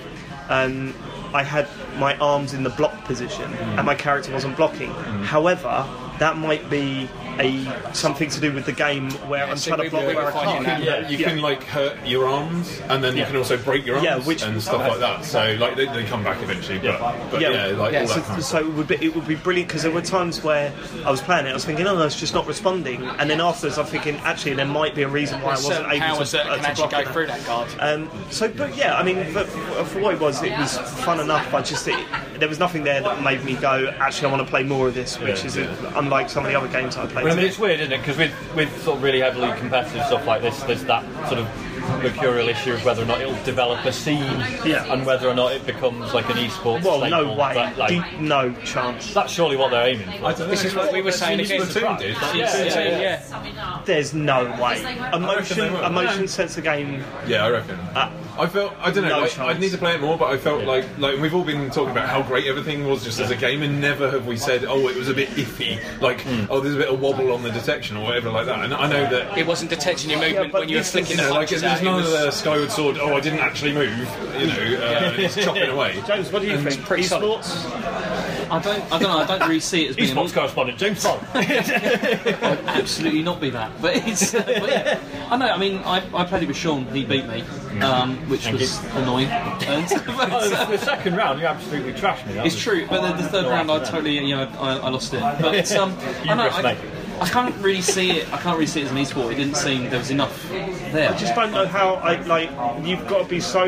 Speaker 1: um, I had my arms in the block position and my character wasn't blocking. However, that might be a something to do with the game where I'm
Speaker 9: so
Speaker 1: trying
Speaker 9: we-
Speaker 1: to block
Speaker 9: we
Speaker 1: where
Speaker 9: were
Speaker 1: I
Speaker 9: finding
Speaker 1: can't.
Speaker 6: Yeah,
Speaker 9: that.
Speaker 6: you can like hurt your arms, and then you can also break your arms,
Speaker 1: Yeah, which-
Speaker 6: and stuff like that. So like they, they come back eventually, but yeah, but, yeah,
Speaker 1: Yeah.
Speaker 6: like all
Speaker 1: so,
Speaker 6: that kind of
Speaker 1: so it would be it would be brilliant because there were times where I was playing it, I was thinking, oh, no, it's just not responding, and then afterwards I'm thinking, actually, there might be a reason why I
Speaker 9: There's
Speaker 1: wasn't
Speaker 9: certain
Speaker 1: able
Speaker 9: powers
Speaker 1: to,
Speaker 9: that
Speaker 1: uh,
Speaker 9: can
Speaker 1: to
Speaker 9: actually
Speaker 1: block
Speaker 9: go
Speaker 1: that.
Speaker 9: through that guard.
Speaker 1: Um, so, but yeah, I mean, for, for what it was, it was fun enough. I just it, there was nothing there that made me go, actually, I want to play more of this, which
Speaker 7: Yeah,
Speaker 1: is
Speaker 7: yeah.
Speaker 1: unlike some of the other games I played.
Speaker 7: But I mean, it's weird, isn't it? Because with, with sort of really heavily competitive stuff like this, there's that sort of mercurial issue of whether or not it'll develop a scene
Speaker 5: Yeah.
Speaker 7: and whether or not it becomes like an esports.
Speaker 1: well, no
Speaker 7: staple,
Speaker 1: way,
Speaker 7: but, like,
Speaker 1: Do- no chance.
Speaker 7: that's surely what they're aiming for.
Speaker 9: This is what we were saying against
Speaker 6: Splatoon did.
Speaker 9: Yeah, yeah, yeah.
Speaker 1: There's no way. A motion, a motion sensor game.
Speaker 6: Yeah, I reckon. I felt I don't know.
Speaker 1: no
Speaker 6: like,
Speaker 1: chance.
Speaker 6: I'd need to play it more, but I felt like like we've all been talking about how great everything was just as a game, and never have we said, oh, it was a bit iffy. Like,
Speaker 13: Hmm.
Speaker 6: oh, there's a bit of wobble on the detection or whatever like that. And I know that
Speaker 9: It wasn't detecting your movement
Speaker 1: but
Speaker 9: when you were
Speaker 1: this
Speaker 9: flicking
Speaker 6: you
Speaker 9: the
Speaker 6: know, like
Speaker 9: punches
Speaker 6: there's
Speaker 9: out. It
Speaker 6: none of
Speaker 9: was-
Speaker 1: uh,
Speaker 6: the Skyward Sword. Oh, I didn't actually move. You know, uh, it's chopping away.
Speaker 1: James, what do you think?
Speaker 9: pretty solid.
Speaker 1: Esports?
Speaker 3: I don't, I don't know. I don't really see it as being an
Speaker 7: Esports correspondent James Song.
Speaker 3: absolutely not be that. But it's, but yeah. I know. I mean, I, I played it with Sean. He beat me,
Speaker 7: Mm-hmm.
Speaker 3: um, which was annoying.
Speaker 13: Oh,
Speaker 3: uh,
Speaker 7: the, the second round, you absolutely trashed me. that
Speaker 3: It's
Speaker 7: was-
Speaker 3: true, but the, the third
Speaker 7: No,
Speaker 3: round, I
Speaker 7: after that.
Speaker 3: totally, you know, I, I lost it. But um, I, don't know,
Speaker 7: Hubris,
Speaker 3: I,
Speaker 7: mate.
Speaker 3: I can't really see it. I can't really see it as an esport. It didn't seem there was enough there.
Speaker 1: I just don't know how. I like. You've got to be so.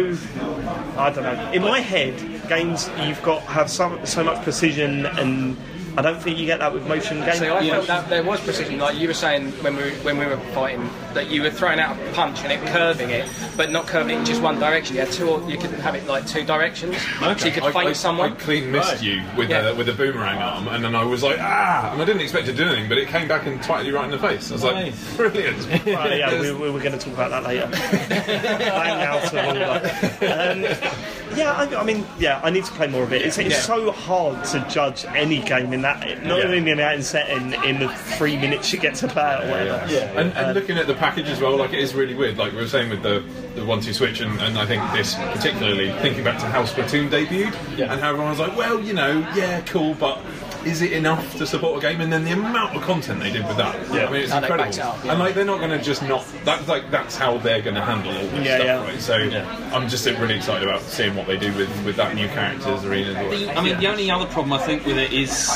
Speaker 1: I don't know. In my head, games you've got have so so much precision, and I don't think you get that with motion games.
Speaker 9: See, I felt that there was precision. Like you were saying when we were, when we were fighting, that you were throwing out a punch and it curving it, but not curving it in just one direction. You had two, or you could have it like two directions, so you could
Speaker 6: I, I-
Speaker 9: feint someone.
Speaker 6: I clean missed
Speaker 7: Right.
Speaker 6: you with
Speaker 9: Yeah.
Speaker 6: a with a boomerang arm, and then I was like, ah! And I didn't expect to do anything, but it came back and twatted you right in the face. I was
Speaker 7: Nice.
Speaker 6: like, brilliant.
Speaker 1: Oh, yeah, we, we were going to talk about that later. I'm now to one um, Yeah, I, I mean, yeah, I need to play more of it. It's, it's
Speaker 9: Yeah.
Speaker 1: so hard to judge any game in that, not
Speaker 6: Yeah.
Speaker 1: only in that setting, in the three minutes you get to play it or whatever.
Speaker 6: And, and looking at the package as well, like it is really weird. Like we were saying with the, the one-two switch, and, and I think this particularly thinking back to how Splatoon debuted, and how everyone was like, well, you know, yeah, cool, but is it enough to support a game? And then the amount of content they did with that, yeah. I mean, it's
Speaker 9: No, they
Speaker 6: incredible.
Speaker 9: backed it up, yeah.
Speaker 6: And like they're not going to just not. That's like that's how they're going to handle all this
Speaker 1: Yeah,
Speaker 6: stuff,
Speaker 1: yeah.
Speaker 6: right? So I'm just really excited about seeing what they do with with that new characters arena.
Speaker 3: The- I mean, the only other problem I think with it is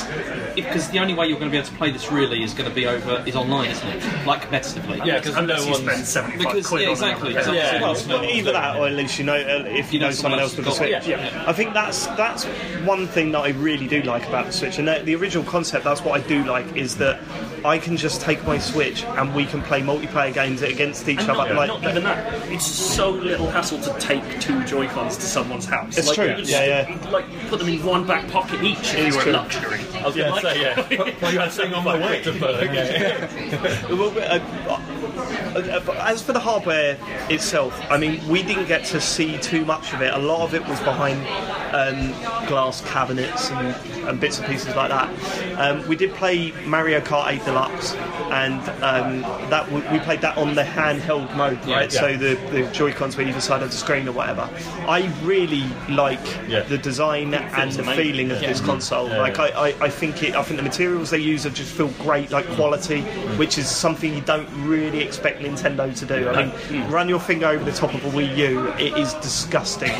Speaker 3: because the only way you're going to be able to play this really is going to be over is online, isn't it? Like competitively.
Speaker 7: Yeah, because
Speaker 5: unless
Speaker 7: no
Speaker 5: you spend
Speaker 7: one's.
Speaker 5: seventy five
Speaker 3: Because-
Speaker 5: quid
Speaker 3: yeah,
Speaker 5: on
Speaker 3: exactly,
Speaker 5: another
Speaker 3: exactly.
Speaker 5: present.
Speaker 1: Well, either that, or at least you know uh, if you, know, someone else with a
Speaker 3: who's
Speaker 1: Switch.
Speaker 3: got it. Yeah.
Speaker 1: I think that's that's one thing that I really do like about the Switch, and the, the original concept. That's what I do like is that I can just take my Switch and we can play multiplayer games against each
Speaker 5: And
Speaker 1: other.
Speaker 5: not,
Speaker 1: like,
Speaker 5: not even that. It's so little hassle to take two Joy Cons to someone's house.
Speaker 1: It's
Speaker 5: like,
Speaker 1: true.
Speaker 5: you could
Speaker 1: Yeah,
Speaker 5: just, Like put them in one back pocket each. If you were a luxury.
Speaker 7: I was going to say, yeah. you had something on my way.
Speaker 6: Yeah.
Speaker 1: Well, uh, uh, but as for the hardware itself, I mean, we didn't get to see too much of it. A lot of it was behind um, glass cabinets and, and bits and pieces like that. Um, we did play Mario Kart 8 Deluxe, and um, that w- we played that on the handheld mode, right? So the, the Joy Cons were either side of the screen or whatever. I really like
Speaker 13: Yeah.
Speaker 1: the design and the feeling of this console. like I, I, I think it, I think the materials they use have just feel great, like quality, which is something you don't really expect Nintendo to do. I mean, run your finger over the top of a Wii U, it is disgusting.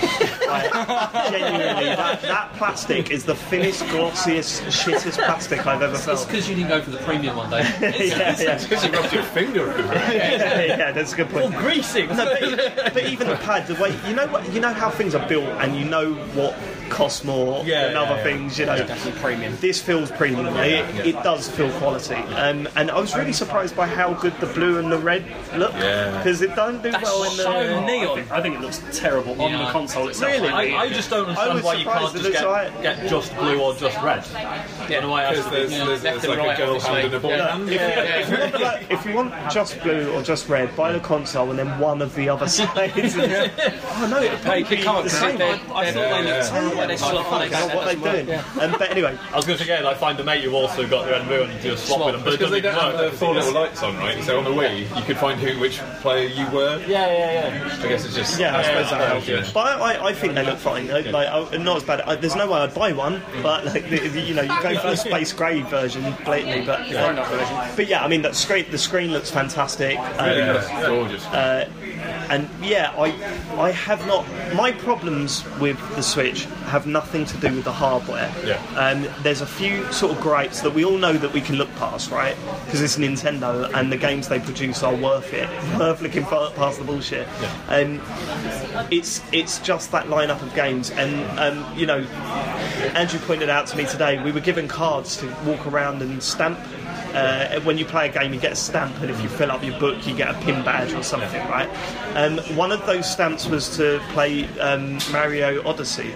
Speaker 1: Like, genuinely, that, that plastic is the thinnest, glossiest, shittest plastic I've ever
Speaker 3: It's
Speaker 1: felt.
Speaker 3: because you didn't go for the premium one day.
Speaker 1: yeah, yeah,
Speaker 13: Because you rubbed your finger over it.
Speaker 1: yeah, yeah, that's a good point.
Speaker 7: Greasing.
Speaker 1: No, but, even, but even the pad, the way you know what you know how things are built, and you know what costs more
Speaker 13: Yeah,
Speaker 1: than
Speaker 13: yeah,
Speaker 1: other
Speaker 13: yeah.
Speaker 1: things. You know,
Speaker 9: Definitely premium.
Speaker 1: this feels premium. It, it does feel quality, um, and I was really surprised by how good the blue and the red look
Speaker 13: Yeah.
Speaker 1: because it don't do well in the.
Speaker 9: so neon.
Speaker 5: I think it looks terrible on the console itself.
Speaker 1: Really?
Speaker 5: I,
Speaker 13: I, I just don't
Speaker 1: I
Speaker 13: understand
Speaker 1: was
Speaker 13: why you
Speaker 1: surprised
Speaker 13: can't
Speaker 1: that
Speaker 13: just
Speaker 1: it's
Speaker 13: get,
Speaker 1: right.
Speaker 13: get just blue or just red. I don't know why I
Speaker 6: Because
Speaker 13: asked
Speaker 6: there's, there's,
Speaker 9: Left
Speaker 6: there's
Speaker 9: and
Speaker 6: like
Speaker 9: right,
Speaker 6: a girl
Speaker 9: obviously.
Speaker 6: hand and a boy
Speaker 9: Yeah.
Speaker 6: hand.
Speaker 1: If you, want the- if you want just blue or just red, buy the console and then one of the other sides. oh no, it'd probably be
Speaker 9: come up
Speaker 1: the
Speaker 9: with
Speaker 1: same.
Speaker 9: it. They-
Speaker 1: I
Speaker 3: I thought they looked
Speaker 1: don't
Speaker 3: terrible.
Speaker 1: know
Speaker 3: They swapped colours.
Speaker 1: what they're doing. Um, but anyway,
Speaker 13: I was going to say, yeah, like, find a mate who also got the red and blue and do a swap, with them, but it
Speaker 6: Because
Speaker 13: doesn't
Speaker 6: they don't
Speaker 13: even
Speaker 6: have the
Speaker 13: work.
Speaker 6: four little lights on, right? So on the Wii, you could find who which player you were.
Speaker 13: Yeah, yeah, yeah.
Speaker 6: I guess it's just
Speaker 1: Yeah, I suppose that
Speaker 6: helps.
Speaker 1: helps. But I, I, I think they look fine. Like, I, not as bad. I, there's no way I'd buy one, but like, the, the- you know, you go for the space grey version blatantly. But yeah. but yeah, I mean, that screen, the screen looks fantastic. Um, uh,
Speaker 6: Yeah, gorgeous.
Speaker 1: and yeah, I I have not. My problems with the Switch have nothing to do with the hardware.
Speaker 6: Yeah.
Speaker 1: Um, there's a few sort of gripes that we all know that we can look past, right? Because it's Nintendo, and the games they produce are worth it, worth looking fa- past the bullshit. Yeah. Um, it's it's just that lineup of games, and um, you know, Andrew pointed out to me today, we were given cards to walk around and stamp. Uh, when you play a game, you get a stamp, and if you fill up your book, you get a pin badge or something, right? Um, one of those stamps was to play um, Mario Odyssey,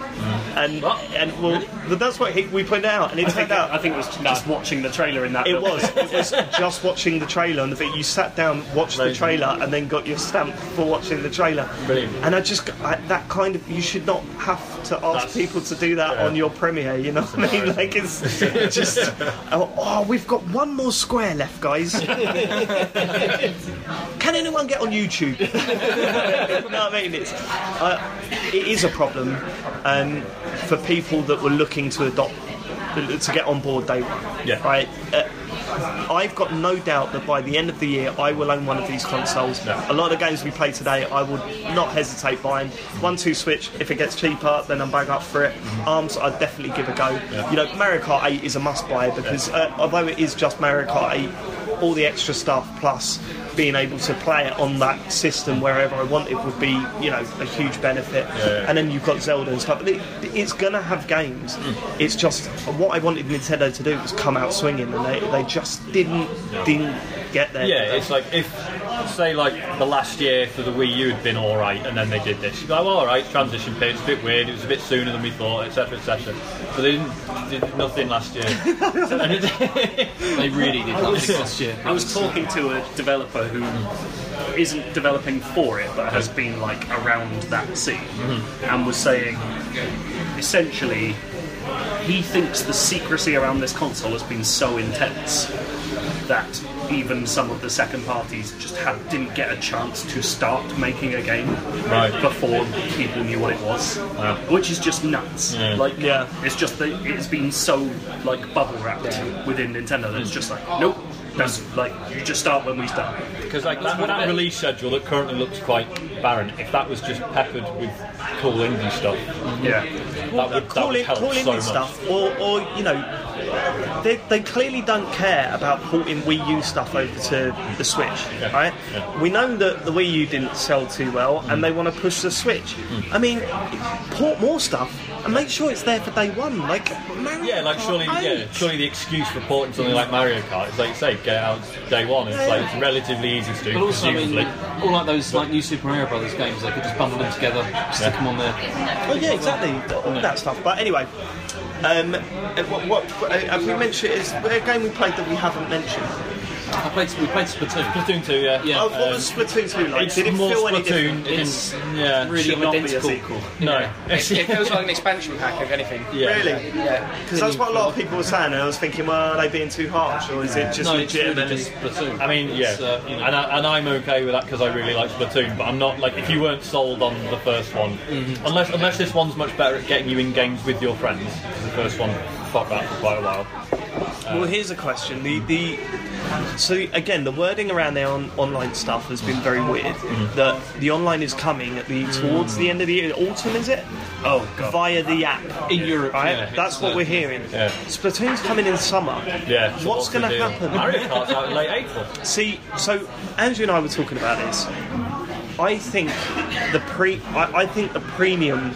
Speaker 1: and and well, but that's what he, we pointed out, and it
Speaker 5: Mm. I
Speaker 1: turned
Speaker 5: think,
Speaker 1: out
Speaker 5: I think it was just watching the trailer in that.
Speaker 1: it
Speaker 5: little-
Speaker 1: was. It was just watching the trailer and the bit you sat down, watched the trailer, and then got your stamp for watching the trailer.
Speaker 13: Brilliant.
Speaker 1: And I just I, that kind of you should not have to ask people to do that on your premiere. You know what I mean? Like it's just oh, oh, we've got one more square left, guys. Can anyone get on YouTube? you know what I mean? It's uh, it is a problem um, for people that were looking to adopt to get on board day one.
Speaker 13: Yeah.
Speaker 1: Right. Uh, I've got no doubt that by the end of the year, I will own one of these consoles. A lot of the games we play today, I will not hesitate buying. One, two Switch, if it gets cheaper, then I'm back up for it. Arms, I'd definitely give a go. You know, Mario Kart 8 is a must buy because uh, although it is just Mario Kart 8, all the extra stuff plus being able to play it on that system wherever I want it would be, you know, a huge benefit. And then you've got Zelda and stuff. It, it's gonna have games. It's just what I wanted Nintendo to do was come out swinging, and they, they just didn't didn't get there.
Speaker 13: Yeah, it's like if, say, like the last year for the Wii U had been all right, and then they did this. You go, well, all right, transition period, it's a bit weird. It was a bit sooner than we thought, etc., etc. But they didn't did nothing last year. And it-
Speaker 3: They really did nothing last year.
Speaker 5: I was talking to a developer who isn't developing for it, but has been like around that scene,
Speaker 13: Mm-hmm.
Speaker 5: and was saying essentially he thinks the secrecy around this console has been so intense that even some of the second parties just had, didn't get a chance to start making a game
Speaker 13: Right.
Speaker 5: before people knew what it was, which is just nuts.
Speaker 13: Yeah.
Speaker 5: Like,
Speaker 1: Yeah.
Speaker 5: it's just that it's been so like bubble wrapped within Nintendo that it's just like,
Speaker 13: Mm.
Speaker 5: nope, that's like you just start when we start.
Speaker 13: Because like that, that release schedule that currently looks quite barren, if that was just peppered with cool indie stuff,
Speaker 5: Yeah,
Speaker 13: that would, that
Speaker 1: Call
Speaker 13: would
Speaker 1: in,
Speaker 13: help
Speaker 1: call in
Speaker 13: so
Speaker 1: with
Speaker 13: much.
Speaker 1: stuff, or, or you know, they, they clearly don't care about porting Wii U stuff over to the Switch, right? We know that the Wii U didn't sell too well,
Speaker 13: Mm.
Speaker 1: and they want to push the Switch. I mean, port more stuff and make sure it's there for day one. Like, Mario
Speaker 13: Yeah, like
Speaker 1: Kart
Speaker 13: surely, yeah,
Speaker 1: 8.
Speaker 13: surely the excuse for porting something like Mario Kart is like you say, get it out day one. It's like it's relatively easy to do.
Speaker 3: But also, I mean,
Speaker 13: presumably.
Speaker 3: all like those like new Super Mario Brothers games, they could just bundle them together, stick them on there.
Speaker 1: Oh yeah, exactly. All that stuff. But anyway, um, uh, what, what uh, have we mentioned? Is there a game we played that we haven't mentioned?
Speaker 3: I played. We played Splatoon.
Speaker 7: Splatoon 2, yeah.
Speaker 3: Yeah.
Speaker 1: Oh, what was
Speaker 13: um,
Speaker 1: Splatoon 2 like?
Speaker 7: It's
Speaker 1: Did it
Speaker 7: more
Speaker 1: feel any different?
Speaker 7: Splatoon. It
Speaker 3: It's
Speaker 7: didn't- yeah.
Speaker 3: really
Speaker 1: Should not be a
Speaker 3: identical.
Speaker 1: sequel.
Speaker 7: no.
Speaker 9: It, it feels like an expansion pack of anything.
Speaker 7: Yeah.
Speaker 1: Really?
Speaker 9: Yeah.
Speaker 1: Because that's what a lot of people were saying, and I was thinking, well, are they being too harsh, or is it just
Speaker 3: No, it's really
Speaker 1: legitimately?
Speaker 3: just Splatoon.
Speaker 7: I mean, yeah,
Speaker 3: It's, uh, you know,
Speaker 7: and, I, and I'm okay with that because I really like Splatoon. But I'm not like if you weren't sold on the first one,
Speaker 5: Mm-hmm.
Speaker 7: unless unless this one's much better at getting you in games with your friends. 'cause The first one fucked that for quite a while.
Speaker 1: well, here's a question. The the so again, the wording around the on, online stuff has been very weird. That the online is coming at the towards the end of the year, autumn is it? Oh, God. via the app.
Speaker 3: in Europe,
Speaker 1: Right,
Speaker 3: yeah,
Speaker 1: that's
Speaker 3: it's,
Speaker 1: what
Speaker 3: uh,
Speaker 1: we're hearing.
Speaker 7: yeah.
Speaker 1: Splatoon's coming in summer.
Speaker 7: Yeah. so
Speaker 1: what's
Speaker 7: the
Speaker 1: going to
Speaker 7: deal?
Speaker 1: happen?
Speaker 7: Mario Kart's out in late April.
Speaker 1: See, so Andrew and I were talking about this. I think the pre, I, I think the premium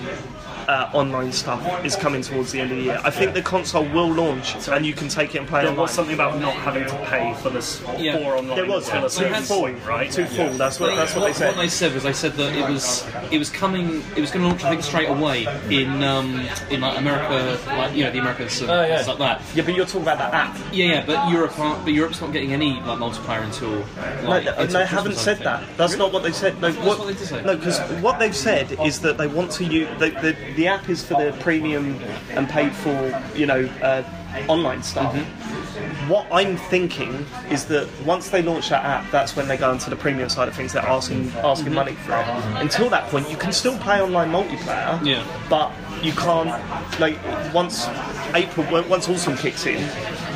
Speaker 1: uh, online stuff is coming towards the end of the year. I think the console will launch, and you can take it and play
Speaker 5: There
Speaker 1: it online.
Speaker 5: was something about not having to pay for this
Speaker 3: Yeah.
Speaker 5: four online.
Speaker 1: There was
Speaker 5: for
Speaker 1: yeah,
Speaker 5: the
Speaker 1: two
Speaker 5: service,
Speaker 1: full,
Speaker 5: right?
Speaker 1: Two full. That's what that's what they said.
Speaker 3: What they said was they said that it was it was coming. It was going to launch, I think, straight away in um, in like America, like you know, the Americas and
Speaker 7: Oh, yeah.
Speaker 3: stuff like that.
Speaker 1: Yeah, but you're talking about that app.
Speaker 3: Yeah, yeah, but Europe aren't. But Europe's not getting any like multiplayer until.
Speaker 1: No,
Speaker 3: Like,
Speaker 1: th- they
Speaker 3: until Christmas, I
Speaker 1: haven't said
Speaker 3: think.
Speaker 1: that. That's not what they said. No,
Speaker 3: That's what they did say.
Speaker 1: No, because what they've said is that they want to use the, the the app is for the premium and paid for you know uh, online stuff. What I'm thinking is that once they launch that app, that's when they go into the premium side of things. They're asking asking money for it. Until that point, you can still play online multiplayer.
Speaker 3: Yeah.
Speaker 1: But you can't like once April when- once autumn kicks in,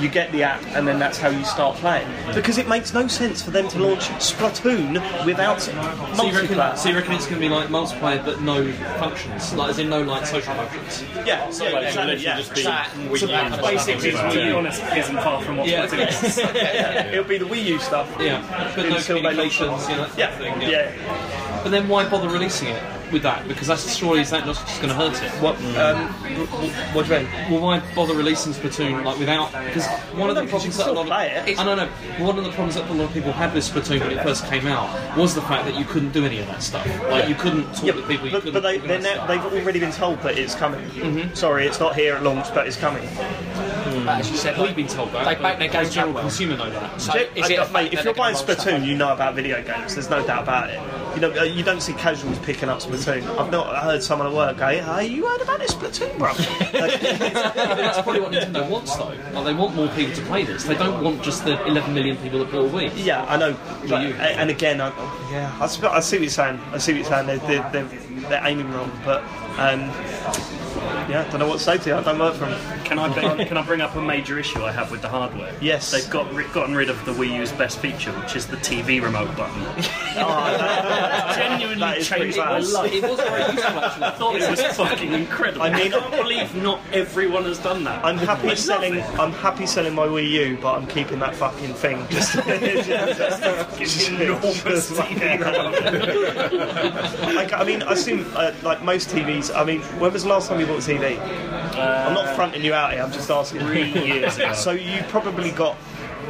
Speaker 1: you get the app and then that's how you start playing. Because it makes no sense for them to launch Splatoon without
Speaker 3: So you, reckon,
Speaker 1: multiplayer.
Speaker 3: so you reckon it's going to be like multiplayer but no functions, like as in no like social functions?
Speaker 1: yeah, so yeah,
Speaker 7: Like,
Speaker 1: exactly,
Speaker 7: literally
Speaker 1: yeah.
Speaker 7: just be
Speaker 9: Chat and-
Speaker 7: we-
Speaker 9: So
Speaker 7: yeah,
Speaker 5: Basically,
Speaker 7: yeah.
Speaker 5: to be honest, isn't far from what
Speaker 3: Yeah.
Speaker 5: Splatoon is.
Speaker 1: It'll be the Wii U stuff.
Speaker 3: Yeah, but no
Speaker 1: Until they launch it.
Speaker 3: communications, you know, that
Speaker 1: Yeah,
Speaker 3: thing.
Speaker 1: yeah.
Speaker 3: But then why bother releasing it with that? Because that's surely is that not just going to hurt it?
Speaker 1: What, um, wh- what do you mean?
Speaker 3: Well, why bother releasing Splatoon like without? Because one of the
Speaker 1: Because you
Speaker 3: problems
Speaker 1: can
Speaker 3: that a
Speaker 1: still
Speaker 3: lot
Speaker 1: play it.
Speaker 3: of I don't know. One of the problems that a lot of people had with Splatoon when it first came out was the fact that you couldn't do any of that stuff. Like you couldn't talk
Speaker 1: Yeah,
Speaker 3: to people. You
Speaker 1: but,
Speaker 3: couldn't
Speaker 1: but they, they're
Speaker 3: organise
Speaker 1: now,
Speaker 3: stuff.
Speaker 1: they've already been told that it's coming.
Speaker 9: Mm-hmm.
Speaker 1: Sorry, it's not here at launch, but it's coming.
Speaker 9: But as you said,
Speaker 3: We've been told that.
Speaker 9: They back their
Speaker 3: but
Speaker 9: game
Speaker 3: general
Speaker 9: up.
Speaker 3: consumer know that.
Speaker 9: So is
Speaker 1: I-
Speaker 9: it a
Speaker 1: I-
Speaker 9: fact
Speaker 1: mate,
Speaker 9: that
Speaker 1: if
Speaker 9: they're
Speaker 1: you're buying
Speaker 9: gonna roll stuff
Speaker 1: Splatoon, you know about video games. There's no doubt about it. You know, uh, you don't see casuals picking up Splatoon. I've not heard someone at work go, "Hey, you heard about this Splatoon, bro?"
Speaker 3: But that's probably what Nintendo wants, though. Like, they want more people to play this. They don't want just the 11 million people that bought a Wii.
Speaker 1: yeah, I know. But,
Speaker 3: you?
Speaker 1: a- and again, I, yeah, I, sp- I see what you're saying. I see what you're saying. They're, they're, they're, they're aiming wrong, but um, yeah, I don't know what to say to you. I don't work for 'em.
Speaker 5: Can I bring, can I bring up a major issue I have with the hardware?
Speaker 1: Yes.
Speaker 5: they've got ri- gotten rid of the Wii U's best feature, which is the TV remote button.
Speaker 9: Oh,
Speaker 5: Genuinely
Speaker 1: That is pretty
Speaker 5: changed my
Speaker 1: bad.
Speaker 5: life.
Speaker 3: It was very useful, actually. I thought
Speaker 5: It was fucking incredible.
Speaker 1: I
Speaker 5: I
Speaker 1: mean-
Speaker 5: mean, I can't believe not everyone has done that.
Speaker 1: I'm
Speaker 5: I
Speaker 1: happy
Speaker 5: love
Speaker 1: selling.
Speaker 5: it.
Speaker 1: I'm happy selling my Wii U, but I'm keeping that fucking thing. Just,
Speaker 5: It's enormous TV remote.
Speaker 1: Like, I mean, I assume uh, like most TVs. I mean, when was the last time you bought a TV? I'm not fronting you out here. I'm just asking.
Speaker 5: Uh, Three years ago.
Speaker 1: so you probably got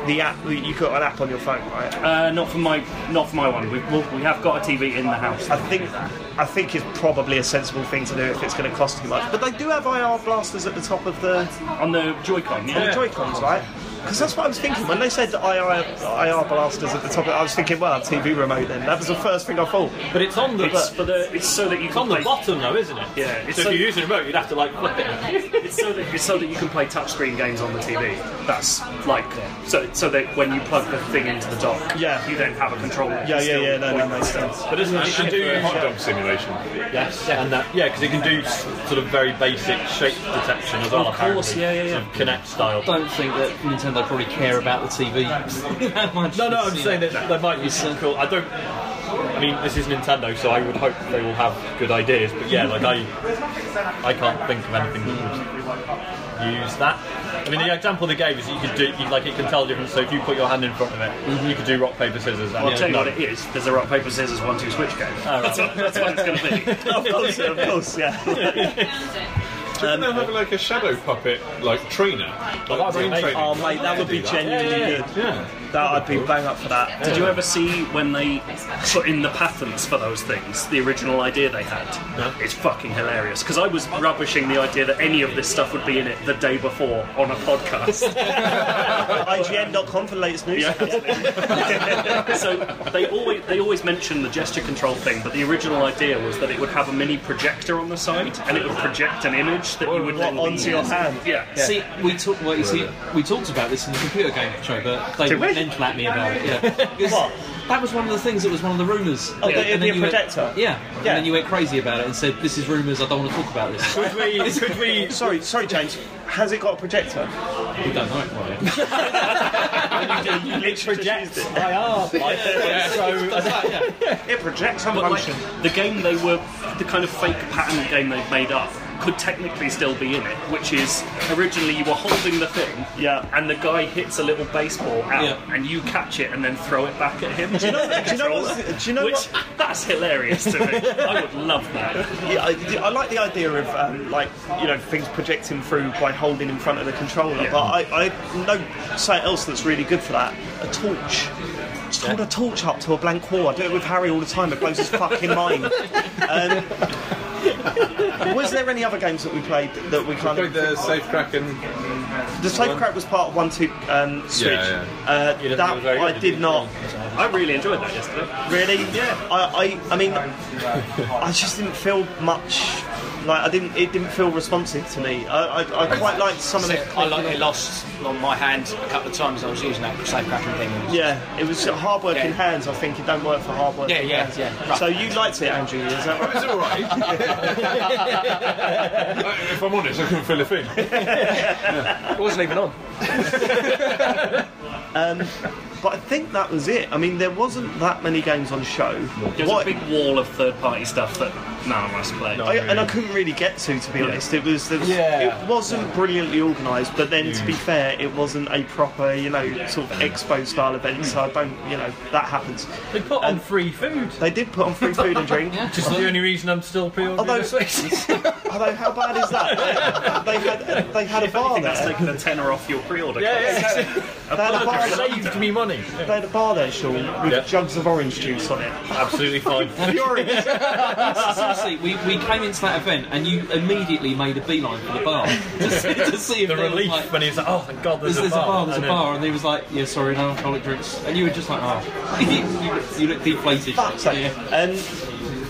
Speaker 1: the app. You got an app on your phone, right?
Speaker 5: Uh, not for my, not for my one. We, well, we have got a TV in the house.
Speaker 1: I think I think it's probably a sensible thing to do if it's going to cost too much. But they do have IR blasters at the top of the,
Speaker 5: On the Joy-Con,
Speaker 1: on
Speaker 5: yeah.
Speaker 1: the Joy Cons, right? Because that's what I was thinking when they said IR, IR blasters at the top. I was thinking, well, TV remote. Then that was the first thing I thought.
Speaker 7: But it's on the
Speaker 5: It's for the. It's so that you
Speaker 7: it's
Speaker 5: can
Speaker 7: on the
Speaker 5: play-
Speaker 7: bottom though, isn't it?
Speaker 5: Yeah, it's
Speaker 7: So
Speaker 5: so-
Speaker 7: if you're using a remote, you'd have to like flip it.
Speaker 5: It's so that it's so that you can play touchscreen games on the TV. That's like so so that when you plug the thing into the dock,
Speaker 1: Yeah.
Speaker 5: you then have a controller.
Speaker 1: Yeah, yeah, yeah. No, that makes sense.
Speaker 7: But isn't it? You can do
Speaker 14: Hot dog simulation.
Speaker 7: Yes, and that, yeah, because it can do s- sort of very basic shape detection as well.
Speaker 5: Of course,
Speaker 7: apparently.
Speaker 5: yeah, yeah, yeah.
Speaker 7: Sort of Kinect style.
Speaker 3: don't think that Nintendo probably care about the TV that much.
Speaker 7: No, no,
Speaker 3: It's,
Speaker 7: I'm
Speaker 3: you
Speaker 7: saying
Speaker 3: know,
Speaker 7: that there might be some cool. I don't. I mean, this is Nintendo, so I would hope they will have good ideas. But yeah, like I, I can't think of anything that would use that. I mean, the example they gave is you could do you, like it can tell difference. So if you put your hand in front of it,
Speaker 13: Mm-hmm.
Speaker 7: you could do rock paper scissors. And
Speaker 5: I'll
Speaker 7: it
Speaker 5: tell you
Speaker 7: would
Speaker 5: what it is. There's a rock paper scissors one two switch game.
Speaker 7: right.
Speaker 5: that's, what, that's what it's going to be.
Speaker 1: Of course, of course, yeah.
Speaker 6: Should they have like a shadow puppet like trainer? Like brain training.
Speaker 1: Oh mate, that would be genuinely good.
Speaker 6: Yeah.
Speaker 1: That I'd be bang up for that.
Speaker 5: Did you ever see when they put in the patents for those things, the original idea they had? No. It's fucking hilarious. Because I was rubbishing the idea that any of this stuff would be in it the day before on a podcast.
Speaker 1: IGN.com for the latest news.
Speaker 5: so they always they always mention the gesture control thing, but the original idea was that it would have a mini projector on the side and it would project an image that you would
Speaker 1: What,
Speaker 5: then
Speaker 1: onto your hand?
Speaker 5: Yeah.
Speaker 3: See, we talked. Well, you see, we talked about this in the computer game show, but they
Speaker 5: Did we?
Speaker 3: mentioned at me about it. Yeah. Because
Speaker 1: What?
Speaker 3: That was one of the things that was one of the rumours.
Speaker 1: Oh, the-
Speaker 3: And
Speaker 1: the
Speaker 3: then you went-
Speaker 1: projector?
Speaker 3: yeah. And
Speaker 1: Yeah.
Speaker 3: then you went crazy about it and said, "This is rumours. I don't want to talk about this."
Speaker 7: Could we, could we
Speaker 1: Sorry, sorry, James. Has it got a projector?
Speaker 3: we don't know it quite yet.
Speaker 1: You literally just used
Speaker 7: I are.
Speaker 1: it. It projects on
Speaker 5: But
Speaker 1: motion.
Speaker 5: like the game they were, the kind of fake pattern game they've made up could technically still be in it, which is originally you were holding the thing,
Speaker 1: Yeah.
Speaker 5: and the guy hits a little baseball out,
Speaker 3: Yeah.
Speaker 5: and you catch it and then throw it back at him. Do
Speaker 1: you know- do you know what's- do you know
Speaker 5: which, That's hilarious to me. I would love that.
Speaker 1: Yeah, I, I like the idea of um, like you know things projecting through by holding in front of the controller,
Speaker 5: Yeah.
Speaker 1: but I, I know something else that's really good for that: a torch. Just hold a torch up to a blank wall. I do it with Harry all the time. It blows his fucking mind. Um, was there any other games that we played that, that we kind
Speaker 6: Like
Speaker 1: of
Speaker 6: the safe Kraken.
Speaker 1: the safe crack was part of one two um, switch?
Speaker 6: yeah.
Speaker 1: Uh,
Speaker 13: You didn't do
Speaker 1: that
Speaker 13: very good,
Speaker 1: I
Speaker 13: did
Speaker 1: did
Speaker 13: you?
Speaker 1: not.
Speaker 5: I really enjoyed that yesterday.
Speaker 1: Really? Yeah. I, I, I mean, I just didn't feel much. Like I didn't, it didn't feel responsive to me. I, I, I quite liked some of the.
Speaker 9: I like it lost on my hand a couple of times. I was using that safe cracking thing.
Speaker 1: Yeah, it was hard working
Speaker 9: Yeah.
Speaker 1: hands. I think it don't work for hard working.
Speaker 9: Yeah, yeah,
Speaker 1: hands.
Speaker 9: yeah, right.
Speaker 1: So you liked it, Andrew? Is that right?
Speaker 6: It's all right. Uh, if I'm honest, I couldn't fill a thing.
Speaker 9: It wasn't even on.
Speaker 1: Um, But I think that was it. I mean, there wasn't that many games on show.
Speaker 5: There was
Speaker 1: What-
Speaker 5: a big wall of third-party stuff that no one wants to play.
Speaker 1: I, and I couldn't really get to, to be honest. It was, there was
Speaker 13: Yeah.
Speaker 1: it wasn't brilliantly organised, but then
Speaker 7: Mm.
Speaker 1: to be fair, it wasn't a proper, you know, sort of expo style event. So I don't, you know, that happens.
Speaker 7: We put on free food.
Speaker 1: They did put on free food and drink.
Speaker 7: Just the only reason I'm still pre-ordering
Speaker 1: Although-
Speaker 7: this week.
Speaker 1: Although, how bad is that? they had they had a
Speaker 5: I
Speaker 1: bar
Speaker 5: think that's
Speaker 1: there.
Speaker 5: taking a tenner off your pre-order.
Speaker 1: They had a bar. There.
Speaker 7: saved me money.
Speaker 1: They had a bar there, Sean, with
Speaker 13: Yeah.
Speaker 1: jugs of orange juice on it.
Speaker 13: Absolutely fine.
Speaker 3: Seriously, we, we came into that event and you immediately made a beeline for the bar to see, to see if
Speaker 7: The
Speaker 3: there was,
Speaker 7: relief
Speaker 3: like,
Speaker 7: when he was like, "Oh, thank God,
Speaker 3: there's,
Speaker 7: there's,
Speaker 3: there's a bar, there's
Speaker 7: And
Speaker 3: a
Speaker 7: then-
Speaker 3: bar, and he was like, "Yeah, sorry, no alcoholic drinks," and you were just like, "Oh, you, look- you look deflated."
Speaker 1: Fuck's sake.
Speaker 3: Yeah.
Speaker 1: And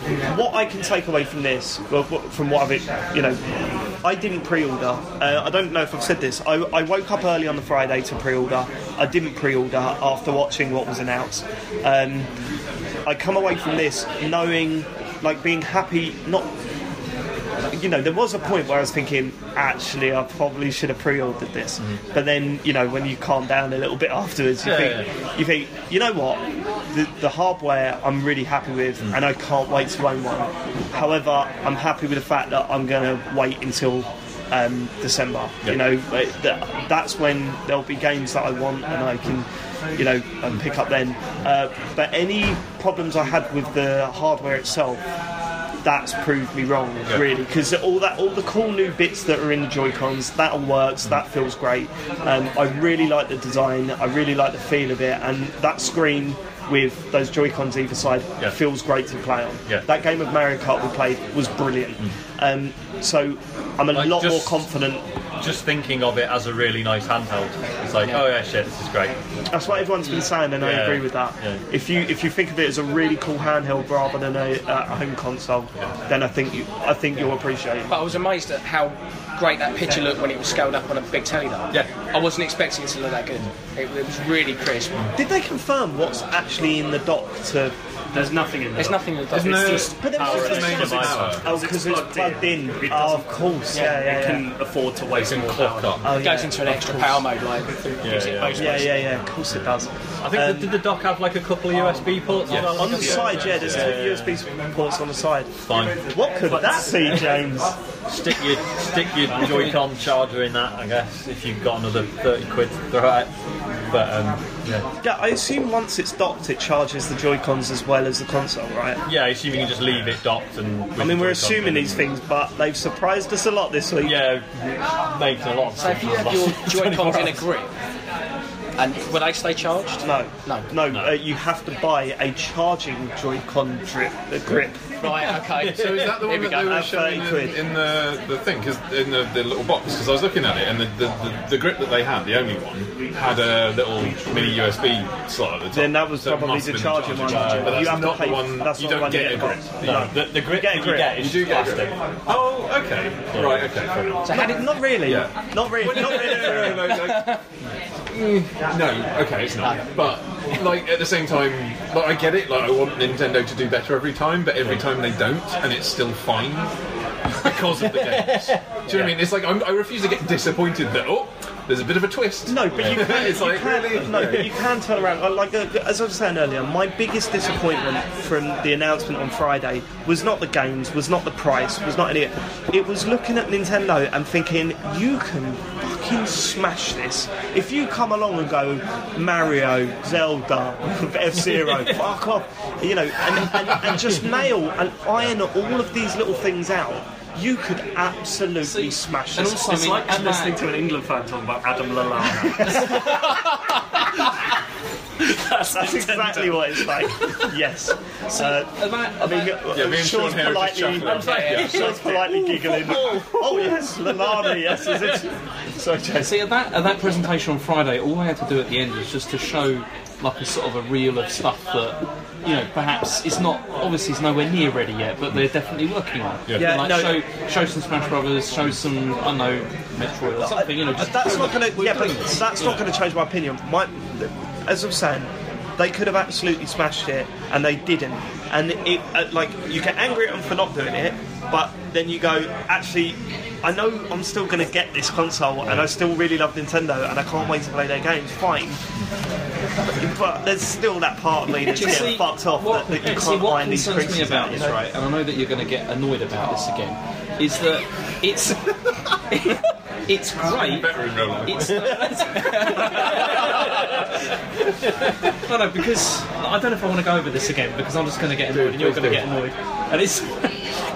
Speaker 1: Um, what I can take away from this, well, wh- from what I've, you know, I didn't pre-order. Uh, I don't know if I've said this. I, I woke up early on the Friday to pre-order. I didn't pre-order after watching what was announced. Um, I come away from this knowing, like, being happy, not. You know, there was a point where I was thinking, actually, I probably should have pre-ordered this. But then, you know, when you calm down a little bit afterwards, you
Speaker 7: Mm-hmm. Yeah,
Speaker 1: think, you think, you know what? The, the hardware I'm really happy with,
Speaker 7: Mm.
Speaker 1: and I can't wait to own one. However, I'm happy with the fact that I'm going to wait until um, December. You know, it, that, that's when there'll be games that I want, and I can, you know, um, pick up then. Uh, but any problems I had with the hardware itself, that's proved me wrong really because all that all the cool new bits that are in the joy cons that all works that feels great um, i really like the design i really like the feel of it and that screen with those joy cons either side
Speaker 13: Yeah.
Speaker 1: feels great to play on
Speaker 13: Yeah. Mm.
Speaker 1: that game of mario kart we played was brilliant um, so i'm a
Speaker 13: Like,
Speaker 1: lot
Speaker 13: just-
Speaker 1: more confident
Speaker 13: Just thinking of it as a really nice handheld. It's like, oh yeah, shit, this is great.
Speaker 1: that's what everyone's been saying and i
Speaker 13: Yeah.
Speaker 1: agree with that
Speaker 13: Yeah.
Speaker 1: if you if you think of it as a really cool handheld rather than a, a home console then i think you i think you'll appreciate it
Speaker 9: But I was amazed at how great that picture looked when it was scaled up on a big telly. Though.
Speaker 13: Yeah.
Speaker 9: I wasn't expecting it to look that good. It, it was really crisp.
Speaker 1: Did they confirm what's actually in the dock to?
Speaker 5: There's nothing in there.
Speaker 9: There's nothing that does.
Speaker 5: It's
Speaker 9: It's
Speaker 5: just
Speaker 1: But there was
Speaker 5: power
Speaker 1: just
Speaker 5: and
Speaker 1: a
Speaker 5: it's
Speaker 1: sound.
Speaker 5: plugged in.
Speaker 1: Oh, because it's plugged in.
Speaker 5: It
Speaker 1: Oh,
Speaker 5: doesn't-
Speaker 1: of course. Yeah, yeah,
Speaker 5: It
Speaker 1: yeah.
Speaker 5: can afford to waste more
Speaker 13: Clocked
Speaker 5: power.
Speaker 13: up.
Speaker 1: Oh,
Speaker 9: it
Speaker 1: yeah,
Speaker 9: goes into an
Speaker 1: of
Speaker 9: extra
Speaker 1: course.
Speaker 9: power mode, like gives it
Speaker 13: yeah.
Speaker 9: those
Speaker 1: Yeah, yeah, yeah. Of course it does.
Speaker 13: I think the,
Speaker 7: Um,
Speaker 13: did the dock have like a couple
Speaker 7: oh,
Speaker 13: of USB ports? Yeah.
Speaker 1: On the side, yeah, there's two USB ports on the side.
Speaker 13: Fine.
Speaker 1: What could that be, James?
Speaker 13: Stick your stick your Joy-Con charger in that, I guess. If you've got another thirty quid, throw it. But um,
Speaker 1: Yeah, I assume once it's docked, it charges the Joy Cons as well as the console, right?
Speaker 13: Yeah, I assume you can just leave it docked and.
Speaker 1: I mean, we're assuming these things, but they've surprised us a lot this week.
Speaker 13: Yeah, making a lot of
Speaker 9: So if you have your Joy-Cons in a grip, and will they stay charged?
Speaker 1: No,
Speaker 9: No.
Speaker 1: no. Uh, you have to buy a charging Joy-Con drip, uh, grip.
Speaker 9: Right, okay.
Speaker 6: So is that the
Speaker 9: Here
Speaker 6: one
Speaker 9: we
Speaker 6: that they
Speaker 9: go.
Speaker 6: were
Speaker 1: At 30
Speaker 6: showing in,
Speaker 1: quid.
Speaker 6: in the the thing? 'Cause in the, the little box, because I was looking at it, and the, the, the, the grip that they had, the only one, had a little mini USB slot at the top.
Speaker 1: Then that was uh,
Speaker 6: So it
Speaker 1: probably
Speaker 6: must
Speaker 1: the
Speaker 6: have been
Speaker 1: charging one.
Speaker 6: but that's
Speaker 1: You have to
Speaker 6: not
Speaker 1: pay-
Speaker 6: the one.
Speaker 1: that's
Speaker 6: you
Speaker 1: not the
Speaker 6: don't
Speaker 1: one you
Speaker 6: get a
Speaker 1: get in
Speaker 6: grip.
Speaker 1: the box.
Speaker 6: No.
Speaker 13: The, the grip
Speaker 1: Get a
Speaker 13: that
Speaker 1: grip.
Speaker 13: you get is
Speaker 6: You do get a
Speaker 13: plastic.
Speaker 6: grip. Oh, okay. Right. Okay. Fair enough.
Speaker 9: So how did
Speaker 1: Not really.
Speaker 6: Yeah.
Speaker 1: Not really. Not really.
Speaker 6: no, no, no, like- Mm, no, okay, it's not. But like at the same time, like I get it. Like I want Nintendo to do better every time, but every time they don't, and it's still fine because of the games. Do you know what I mean? It's like I'm, I refuse to get disappointed that oh, there's a bit of a twist.
Speaker 1: No, but you can.
Speaker 6: it's
Speaker 1: you
Speaker 6: like
Speaker 1: can no, but you can turn around. Uh, Like uh, as I was saying earlier, my biggest disappointment from the announcement on Friday was not the games, was not the price, was not any. It was looking at Nintendo and thinking, you can fucking smash this. If you come along and go Mario, Zelda, F Zero, fuck off, you know, and, and, and just nail and iron all of these little things out. You could absolutely smash
Speaker 3: and
Speaker 1: this.
Speaker 3: also, I
Speaker 5: It's
Speaker 3: mean,
Speaker 5: like
Speaker 3: and
Speaker 5: listening
Speaker 3: that-
Speaker 5: to an England fan talking about Adam Lallana.
Speaker 1: That's exactly what it's like. yes. Uh,
Speaker 3: and that-
Speaker 1: I mean, uh,
Speaker 6: Yeah, me and Sean
Speaker 1: Sean's
Speaker 6: here are just
Speaker 1: politely,
Speaker 6: chuckling. I'm
Speaker 1: Sean's politely giggling. Oh yes, Lalani. Yes, is it? So Jess.
Speaker 3: See, at that, at that presentation on Friday, all I had to do at the end was just to show like a sort of a reel of stuff that, you know, perhaps it's not, obviously it's nowhere near ready yet, but they're definitely working on.
Speaker 6: Yeah.
Speaker 1: Yeah,
Speaker 3: like
Speaker 1: no.
Speaker 3: show, show some Smash Brothers, show some, I don't know, Metroid or something, you know.
Speaker 1: But
Speaker 3: Just
Speaker 1: that's not going to. Yeah, but that's not going to change my opinion. My, as I'm saying, they could have absolutely smashed it, and they didn't. And it, uh, like, you get angry at them for not doing it, but then you go, actually, I know I'm still going to get this console, and I still really love Nintendo, and I can't wait to play their games. Fine. But there's still that part of me that's
Speaker 3: Do you
Speaker 1: getting
Speaker 3: see
Speaker 1: fucked off
Speaker 3: what-
Speaker 1: that, that you
Speaker 3: see,
Speaker 1: can't
Speaker 3: what
Speaker 1: iron these
Speaker 3: concerns
Speaker 1: creases
Speaker 3: me about
Speaker 1: out, you
Speaker 3: this,
Speaker 1: know?
Speaker 3: right? And I know that you're going to get annoyed about this again. Is that it's it's great.
Speaker 6: better in real life.
Speaker 3: It's no, no, because I don't know if I want to go over this again because I'm just going to get annoyed and you're going to get annoyed. And it's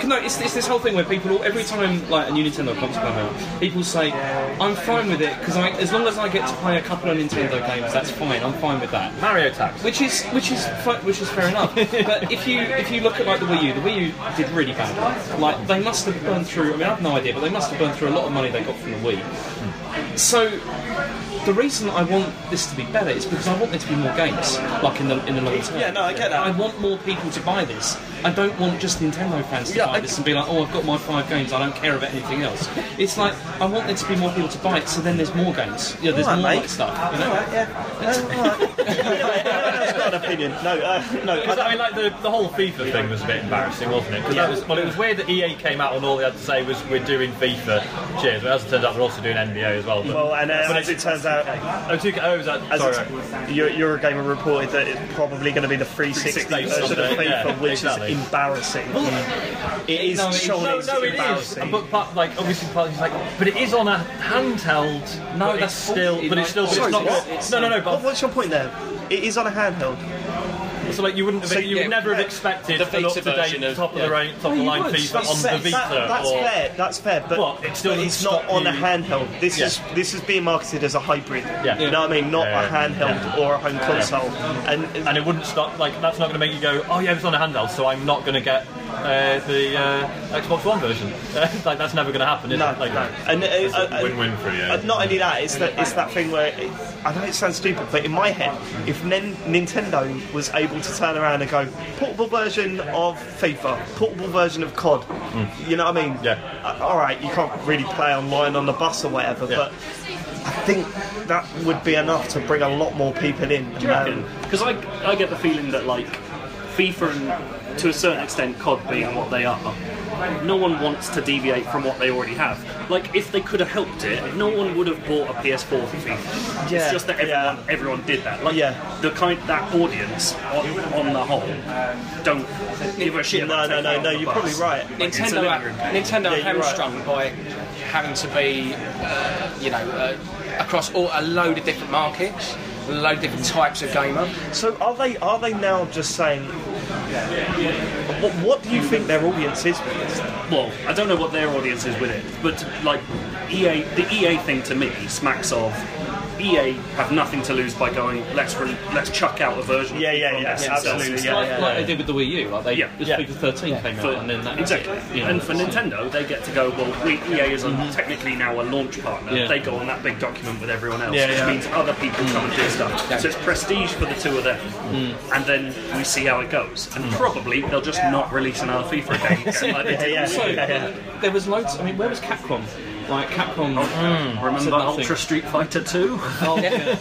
Speaker 3: no, it's, it's this whole thing where people every time like a new Nintendo console come out, people say I'm fine with it because as long as I get to play a couple of Nintendo games, that's fine. I'm fine with that.
Speaker 13: Mario tax.
Speaker 3: Which is which is fi- which is fair enough. but if you if you look at like the Wii U, the Wii U did really bad. Like they must have burned through. I mean, I have no idea, but they must have burned through a lot of money they got from the Wii. So the reason I want this to be better is because I want there to be more games, like in the in the long term.
Speaker 1: Yeah, no, I get that.
Speaker 3: I want more people to buy this. I don't want just Nintendo fans to
Speaker 1: Yeah,
Speaker 3: buy
Speaker 1: I-
Speaker 3: this and be like, oh, I've got my five games. I don't care about anything else. It's like I want there to be more people to buy it, so then there's more games. Yeah, there's
Speaker 1: Alright,
Speaker 3: more
Speaker 1: mate.
Speaker 3: like, stuff. You know?
Speaker 1: Alright, yeah. No, alright. No, it's not an opinion. No, uh, no. I-
Speaker 13: I mean, like the, the whole FIFA thing was a bit embarrassing, wasn't it? Because that was well, it was weird that EA came out and all they had to say was we're doing FIFA. Cheers. But as it turns out, they're also doing NBA as well. But,
Speaker 1: Well, and uh,
Speaker 13: but
Speaker 1: as it turns out,
Speaker 13: oh, 2K, oh, is that,
Speaker 1: as
Speaker 13: sorry.
Speaker 1: it, Eu- Eurogamer reported that it's probably going to be the 360,
Speaker 13: 360
Speaker 1: version of
Speaker 13: something,
Speaker 1: FIFA,
Speaker 13: yeah,
Speaker 1: which
Speaker 13: exactly.
Speaker 1: is embarrassing. Hmm. It is
Speaker 13: No, it is.
Speaker 1: surely
Speaker 13: No, no, it is.
Speaker 1: embarrassing.
Speaker 13: But, but like obviously, part of it's like, but it is on a handheld.
Speaker 3: No,
Speaker 13: but
Speaker 3: that's
Speaker 13: it's still,
Speaker 3: faulty,
Speaker 13: but it's
Speaker 3: like-
Speaker 13: still, but it's
Speaker 3: Sorry,
Speaker 13: not.
Speaker 3: what? It's-
Speaker 13: no, no, no.
Speaker 1: What-
Speaker 13: But
Speaker 1: what's your point there? It is on a handheld.
Speaker 13: so like you wouldn't, have, you would
Speaker 3: yeah,
Speaker 13: never have expected
Speaker 9: the
Speaker 13: an
Speaker 9: Vita version
Speaker 13: up-to-date,
Speaker 9: of-
Speaker 13: top of
Speaker 9: yeah.
Speaker 13: the range, top of
Speaker 3: you
Speaker 13: the line
Speaker 3: would.
Speaker 13: FIFA
Speaker 3: It's
Speaker 13: on the Vita.
Speaker 1: That- that's
Speaker 13: or,
Speaker 1: fair. That's fair. But,
Speaker 13: But it still
Speaker 1: but
Speaker 13: doesn't
Speaker 1: it's not
Speaker 13: stop
Speaker 1: on a
Speaker 13: you-
Speaker 1: handheld. This
Speaker 13: Yeah.
Speaker 1: is this is being marketed as a hybrid.
Speaker 13: Yeah.
Speaker 1: You know what I mean? Not
Speaker 13: Yeah,
Speaker 1: a
Speaker 13: yeah,
Speaker 1: handheld or a home console. And,
Speaker 13: and it wouldn't stop. Like that's not going to make you go, oh yeah, it's on a handheld, so I'm not going to get uh, the uh, Xbox One version. like that's never going to happen. Is
Speaker 1: no,
Speaker 13: it? Like,
Speaker 1: no. And uh, uh,
Speaker 6: Win-win for you.
Speaker 1: Uh, not only that, it's that it's that thing where it, I know it sounds stupid, but in my head, if Nin- Nintendo was able to turn around and go portable version of FIFA, portable version of COD,
Speaker 6: Hmm.
Speaker 1: you know what I mean?
Speaker 13: Yeah.
Speaker 1: Uh, all right, you can't really play online on the bus or whatever,
Speaker 13: Yeah.
Speaker 1: but I think that would be enough to bring a lot more people in. Um,
Speaker 5: Do you reckon? Because I, I get the feeling that like FIFA and to a certain extent COD being what they are, no one wants to deviate from what they already have. Like if they could have helped it, no one would have bought a PS4 for FIFA.
Speaker 1: Yeah,
Speaker 5: It's just that everyone
Speaker 1: yeah.
Speaker 5: everyone did that. Like
Speaker 1: Yeah.
Speaker 5: the kind that audience on, on the whole don't give a shit.
Speaker 1: no,
Speaker 5: about
Speaker 1: no,
Speaker 5: taking
Speaker 1: no, no.
Speaker 5: on the
Speaker 1: You're
Speaker 5: bus.
Speaker 1: probably right.
Speaker 5: it's a
Speaker 9: Nintendo,
Speaker 5: living room.
Speaker 9: Nintendo
Speaker 1: Yeah, you're right.
Speaker 9: hamstrung by having to be, uh, you know, uh, across all, a load of different markets. a load of different types of gamer.
Speaker 1: So are they are they now just saying? What, what do you think their audience is with this? then?
Speaker 5: well, I don't know what their audience is with it, but like EA, the EA thing to me smacks of EA have nothing to lose by going let's re- let's chuck out a version. of
Speaker 1: Yeah, yeah, yeah,
Speaker 5: Pokemon that sells
Speaker 1: absolutely,
Speaker 5: and
Speaker 1: yeah,
Speaker 5: stuff.
Speaker 3: like, like they did with the Wii U, like they
Speaker 5: Yeah.
Speaker 3: yeah. just
Speaker 1: Yeah.
Speaker 3: FIFA 13 came
Speaker 5: For-
Speaker 3: out, and then that was
Speaker 5: exactly.
Speaker 3: it, you know.
Speaker 5: and for Nintendo, they get to go. Well, we, EA is a,
Speaker 1: Mm-hmm.
Speaker 5: technically now a launch partner.
Speaker 3: Yeah.
Speaker 5: They go on that big document with everyone else,
Speaker 1: Yeah, Mm.
Speaker 5: which
Speaker 1: yeah.
Speaker 5: means other people come and do stuff. So it's prestige for the two of them,
Speaker 1: Mm.
Speaker 5: and then we see how it goes. And probably they'll just not release another FIFA game. again, like they did
Speaker 1: Yeah,
Speaker 5: with
Speaker 1: yeah,
Speaker 5: Wii.
Speaker 1: yeah, yeah.
Speaker 3: there was loads. I mean, where was Capcom? Like Capcom.
Speaker 5: Remember
Speaker 3: said nothing.
Speaker 5: Ultra Street Fighter Two?
Speaker 3: Oh, yeah.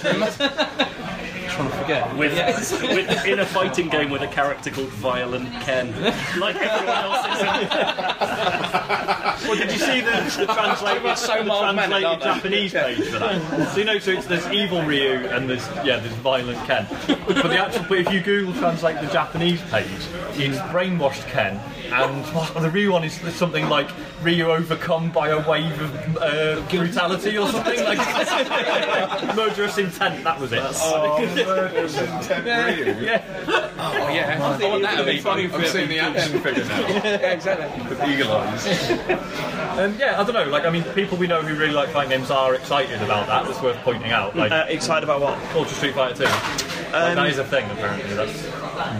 Speaker 3: trying to forget.
Speaker 5: with,
Speaker 3: Yeah.
Speaker 5: with in a fighting game with a character called Violent Ken, like everyone else is. In,
Speaker 7: Well, did you see the, the translated,
Speaker 9: So
Speaker 7: the
Speaker 9: mild-mannered,
Speaker 7: translated
Speaker 9: aren't they?
Speaker 7: Japanese page for that? So you know, so it's, there's evil Ryu and there's yeah, there's violent Ken. But the actual, but if you Google translate the Japanese page, it's brainwashed Ken, and well, the Ryu one is something like Ryu overcome by a wave of uh, brutality or something like murderous intent. That was it.
Speaker 9: Oh yeah, I thought that would be funny.
Speaker 6: I'm seeing the action figure now
Speaker 9: Yeah, exactly.
Speaker 6: with eagle eyes.
Speaker 7: And yeah, I don't know. Like, I mean, people we know who really like fighting games are excited about that. That's worth pointing out. Like,
Speaker 1: Uh, excited about what?
Speaker 7: Ultra Street Fighter 2. Like, that is a thing, apparently. That's,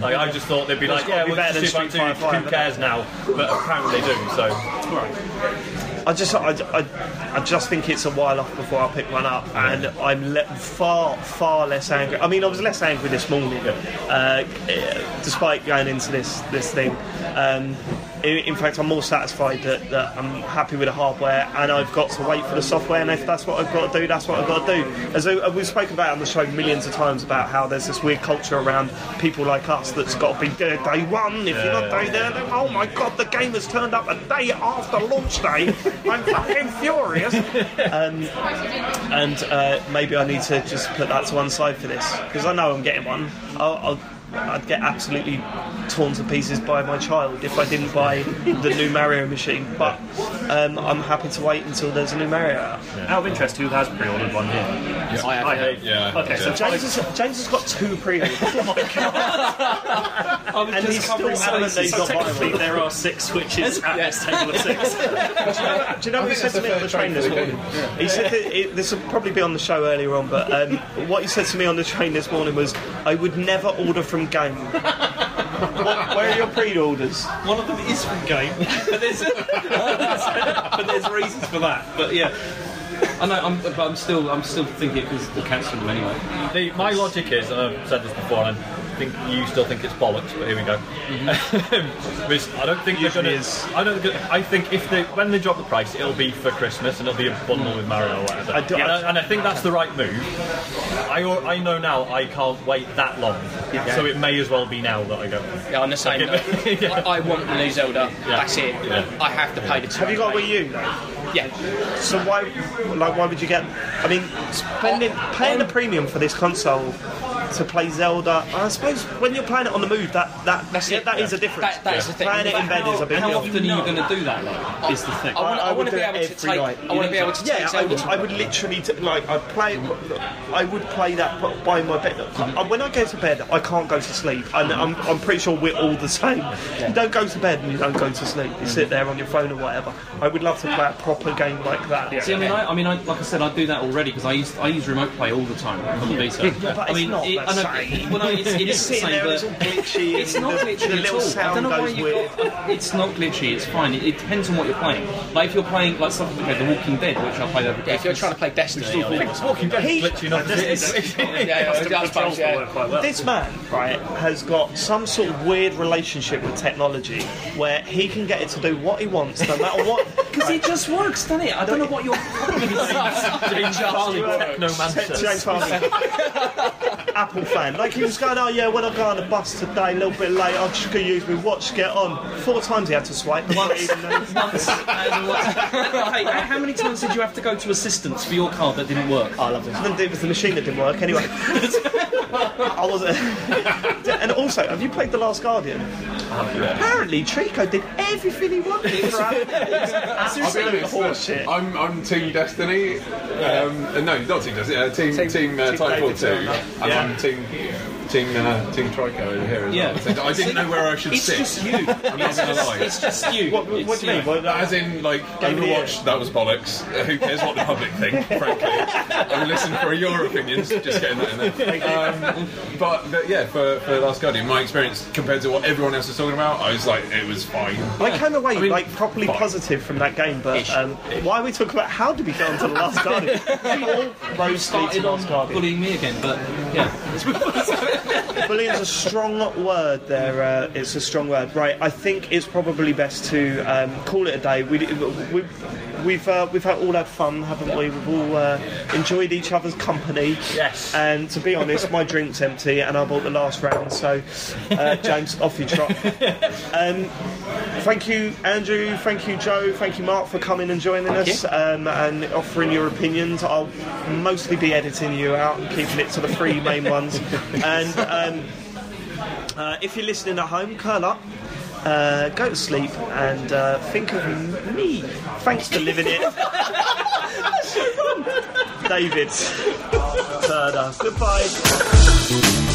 Speaker 7: like, I just thought they'd be like,
Speaker 1: gotta
Speaker 7: yeah,
Speaker 1: be
Speaker 7: well,
Speaker 1: better than
Speaker 7: Ultra Street
Speaker 1: Street
Speaker 7: Fighter 2,
Speaker 1: Fighter
Speaker 7: who
Speaker 1: V,
Speaker 7: cares now? But apparently they do, so.
Speaker 1: I just I, I, I just think it's a while off before I pick one up, and I'm le- far far less angry. I mean, I was less angry this morning, uh, eh, despite going into this this thing. Um, in, in fact, I'm more satisfied that, that I'm happy with the hardware, and I've got to wait for the software. And if that's what I've got to do, that's what I've got to do. As I- we've spoken about on the show millions of times about how there's this weird culture around people like us that's got to be there day one. If you're not day there, then, oh my god, the game has turned up a day after launch day. I'm fucking furious. Um, and uh, maybe I need to just put that to one side for this because I know I'm getting one. I'll, I'll, I'd get absolutely torn to pieces by my child if I didn't buy the new Mario machine. But um, I'm happy to wait until there's a new Mario. out.
Speaker 5: Out of interest, who has pre-ordered one here? I have.
Speaker 6: Yeah.
Speaker 5: Okay, so
Speaker 1: James has, James has got two pre-orders, Oh
Speaker 3: I was
Speaker 1: and
Speaker 3: just
Speaker 1: he's still
Speaker 3: covering
Speaker 1: adamant that
Speaker 3: spaces.
Speaker 1: he's not buying one.
Speaker 5: technically there are six switches at this table of six.
Speaker 1: Do you know what he said to me on the train
Speaker 6: trade
Speaker 1: this
Speaker 6: for the
Speaker 1: morning? He said that it, this will probably be on the show earlier on, but um, what he said to me on the train this morning was, "I would never order from Game." What- where are your pre-orders?
Speaker 3: One of them is from Game, but there's, but there's reasons for that. But yeah, I know. I'm, but I'm still, I'm still thinking it was cancellable anyway.
Speaker 7: The, my logic is, and I've said this before, and I think you still think it's bollocks, but here we go. This- I don't think they're going
Speaker 1: Mm-hmm. is.
Speaker 7: to. I don't. think- I think if they when they drop the price, it'll be for Christmas and it'll be a bundle with Mario or whatever.
Speaker 1: I don't-
Speaker 7: and, I, and I think that's the right move. I al- I know now I can't wait that long, so it may as well be now that I go.
Speaker 9: Yeah, on the same. note,
Speaker 7: Yeah.
Speaker 9: I, I want the new Zelda. That's it.
Speaker 7: Yeah.
Speaker 9: I have to pay the.
Speaker 1: Have you got a Wii U? Though?
Speaker 9: Yeah.
Speaker 1: So why, like, why would you get? I mean, spending paying the premium for this console to play Zelda. I suppose when you're playing it on the move, that that
Speaker 9: That's
Speaker 1: yeah,
Speaker 9: it.
Speaker 1: that is a difference.
Speaker 9: That- that's the thing.
Speaker 1: Playing it in bed is a big
Speaker 3: How
Speaker 1: deal.
Speaker 3: often are you going to do that? Though, is the thing.
Speaker 9: I want,
Speaker 1: I
Speaker 9: I,
Speaker 1: would
Speaker 9: want to
Speaker 1: do
Speaker 9: be
Speaker 1: it
Speaker 9: able to
Speaker 1: every
Speaker 9: take.
Speaker 1: night.
Speaker 9: I want to be able to
Speaker 1: Yeah,
Speaker 9: take
Speaker 1: I
Speaker 9: Zelda.
Speaker 1: would, I would literally t- like I'd play. I would play that b- by my bed. I- When I go to bed, I can't go to sleep, and I'm, I'm pretty sure we're all the same. You don't go to bed and you don't go to sleep. You sit there on your phone or whatever. I would love to play a proper game like that.
Speaker 3: See, I mean, I, I mean, I, like I said, I do that already because I use I use remote play all the time on the Vita.
Speaker 1: But
Speaker 3: I
Speaker 1: it's
Speaker 3: mean,
Speaker 1: not
Speaker 3: it,
Speaker 1: the
Speaker 3: I know,
Speaker 1: same.
Speaker 3: Well, no, it's, it
Speaker 1: It's
Speaker 3: is the
Speaker 1: sitting
Speaker 3: same,
Speaker 1: there,
Speaker 3: but
Speaker 1: it's all glitchy. and
Speaker 3: it's not
Speaker 1: the-
Speaker 3: glitchy
Speaker 1: The
Speaker 3: at
Speaker 1: little
Speaker 3: all. I don't
Speaker 1: sound
Speaker 3: know why
Speaker 1: goes
Speaker 3: you
Speaker 1: weird.
Speaker 3: got. It's not glitchy. It's fine. It, it depends on what you're playing. Like if you're playing like something like The Walking Dead, which I played over
Speaker 9: Yeah, if you're trying to play Destiny, or yeah,
Speaker 7: Walking Dead is glitchy enough. as it is.
Speaker 9: yeah, that's fine,
Speaker 5: Controls
Speaker 9: yeah.
Speaker 5: work quite well.
Speaker 1: This man, right, has got some sort of weird relationship with technology where he can get it to do what he wants, no matter what.
Speaker 3: Because it just works, doesn't it? I don't know what your problem is.
Speaker 7: James Farley, Technomancer.
Speaker 1: James Harvey. Apple fan. Like he was going, oh yeah, when I go on the bus today, a little bit late, I'm just going to use my watch to get on. Four times he had to swipe.
Speaker 3: Once, once, and once. Hey, how many times did you have to go to assistance for your card that didn't work?
Speaker 1: I love this. And then it was the machine that didn't work anyway. I wasn't. and also, have you played The Last Guardian? Apparently, Trico did everything he wanted throughout the game. Seriously, horseshit.
Speaker 6: I'm, I'm Team Destiny. Um, uh, no, not Team Destiny. Uh, team Team, uh, Titanfall 2. And I'm Team Team uh, Team Trico over here as
Speaker 3: Yeah.
Speaker 6: well. So I didn't know where I should
Speaker 3: It's
Speaker 6: sit.
Speaker 3: just you.
Speaker 6: I'm not gonna lie.
Speaker 3: It's just you.
Speaker 1: What, what,
Speaker 3: It's
Speaker 1: do you mean? What-
Speaker 6: As in, like,
Speaker 1: Game of the
Speaker 6: Overwatch, that was bollocks. Uh, who cares what the public think, frankly? I'm listening for your opinions, just getting that in there. Um, but, but, yeah, for, for Last Guardian, my experience compared to what everyone else was talking about, I was like, it was fine.
Speaker 1: I came away
Speaker 6: I mean,
Speaker 1: like properly
Speaker 6: fine.
Speaker 1: positive from that game, but
Speaker 6: Ish.
Speaker 1: um, why are we talking about how did we go on to the last Guardian?
Speaker 3: Rose started
Speaker 1: Last
Speaker 3: on
Speaker 1: Guardian.
Speaker 3: bullying me again, but yeah.
Speaker 1: Bullying's a strong word there. Uh, it's a strong word, right? I think it's probably best to um, call it a day. We, we, we've uh, we've had, all had fun, haven't we? We've all uh, enjoyed each other's company.
Speaker 7: Yes.
Speaker 1: And to be honest, my drink's empty, and I bought the last round. So, uh, James, off you trot. Um, thank you, Andrew. Thank you, Joe. Thank you, Mark, for coming and joining us um, and offering your opinions. I'll mostly be editing you out and keeping it to the three main ones. And um, uh, if you're listening at home, curl up. Uh, go to sleep and uh, think of me. Thanks for living it. David Turner. Goodbye.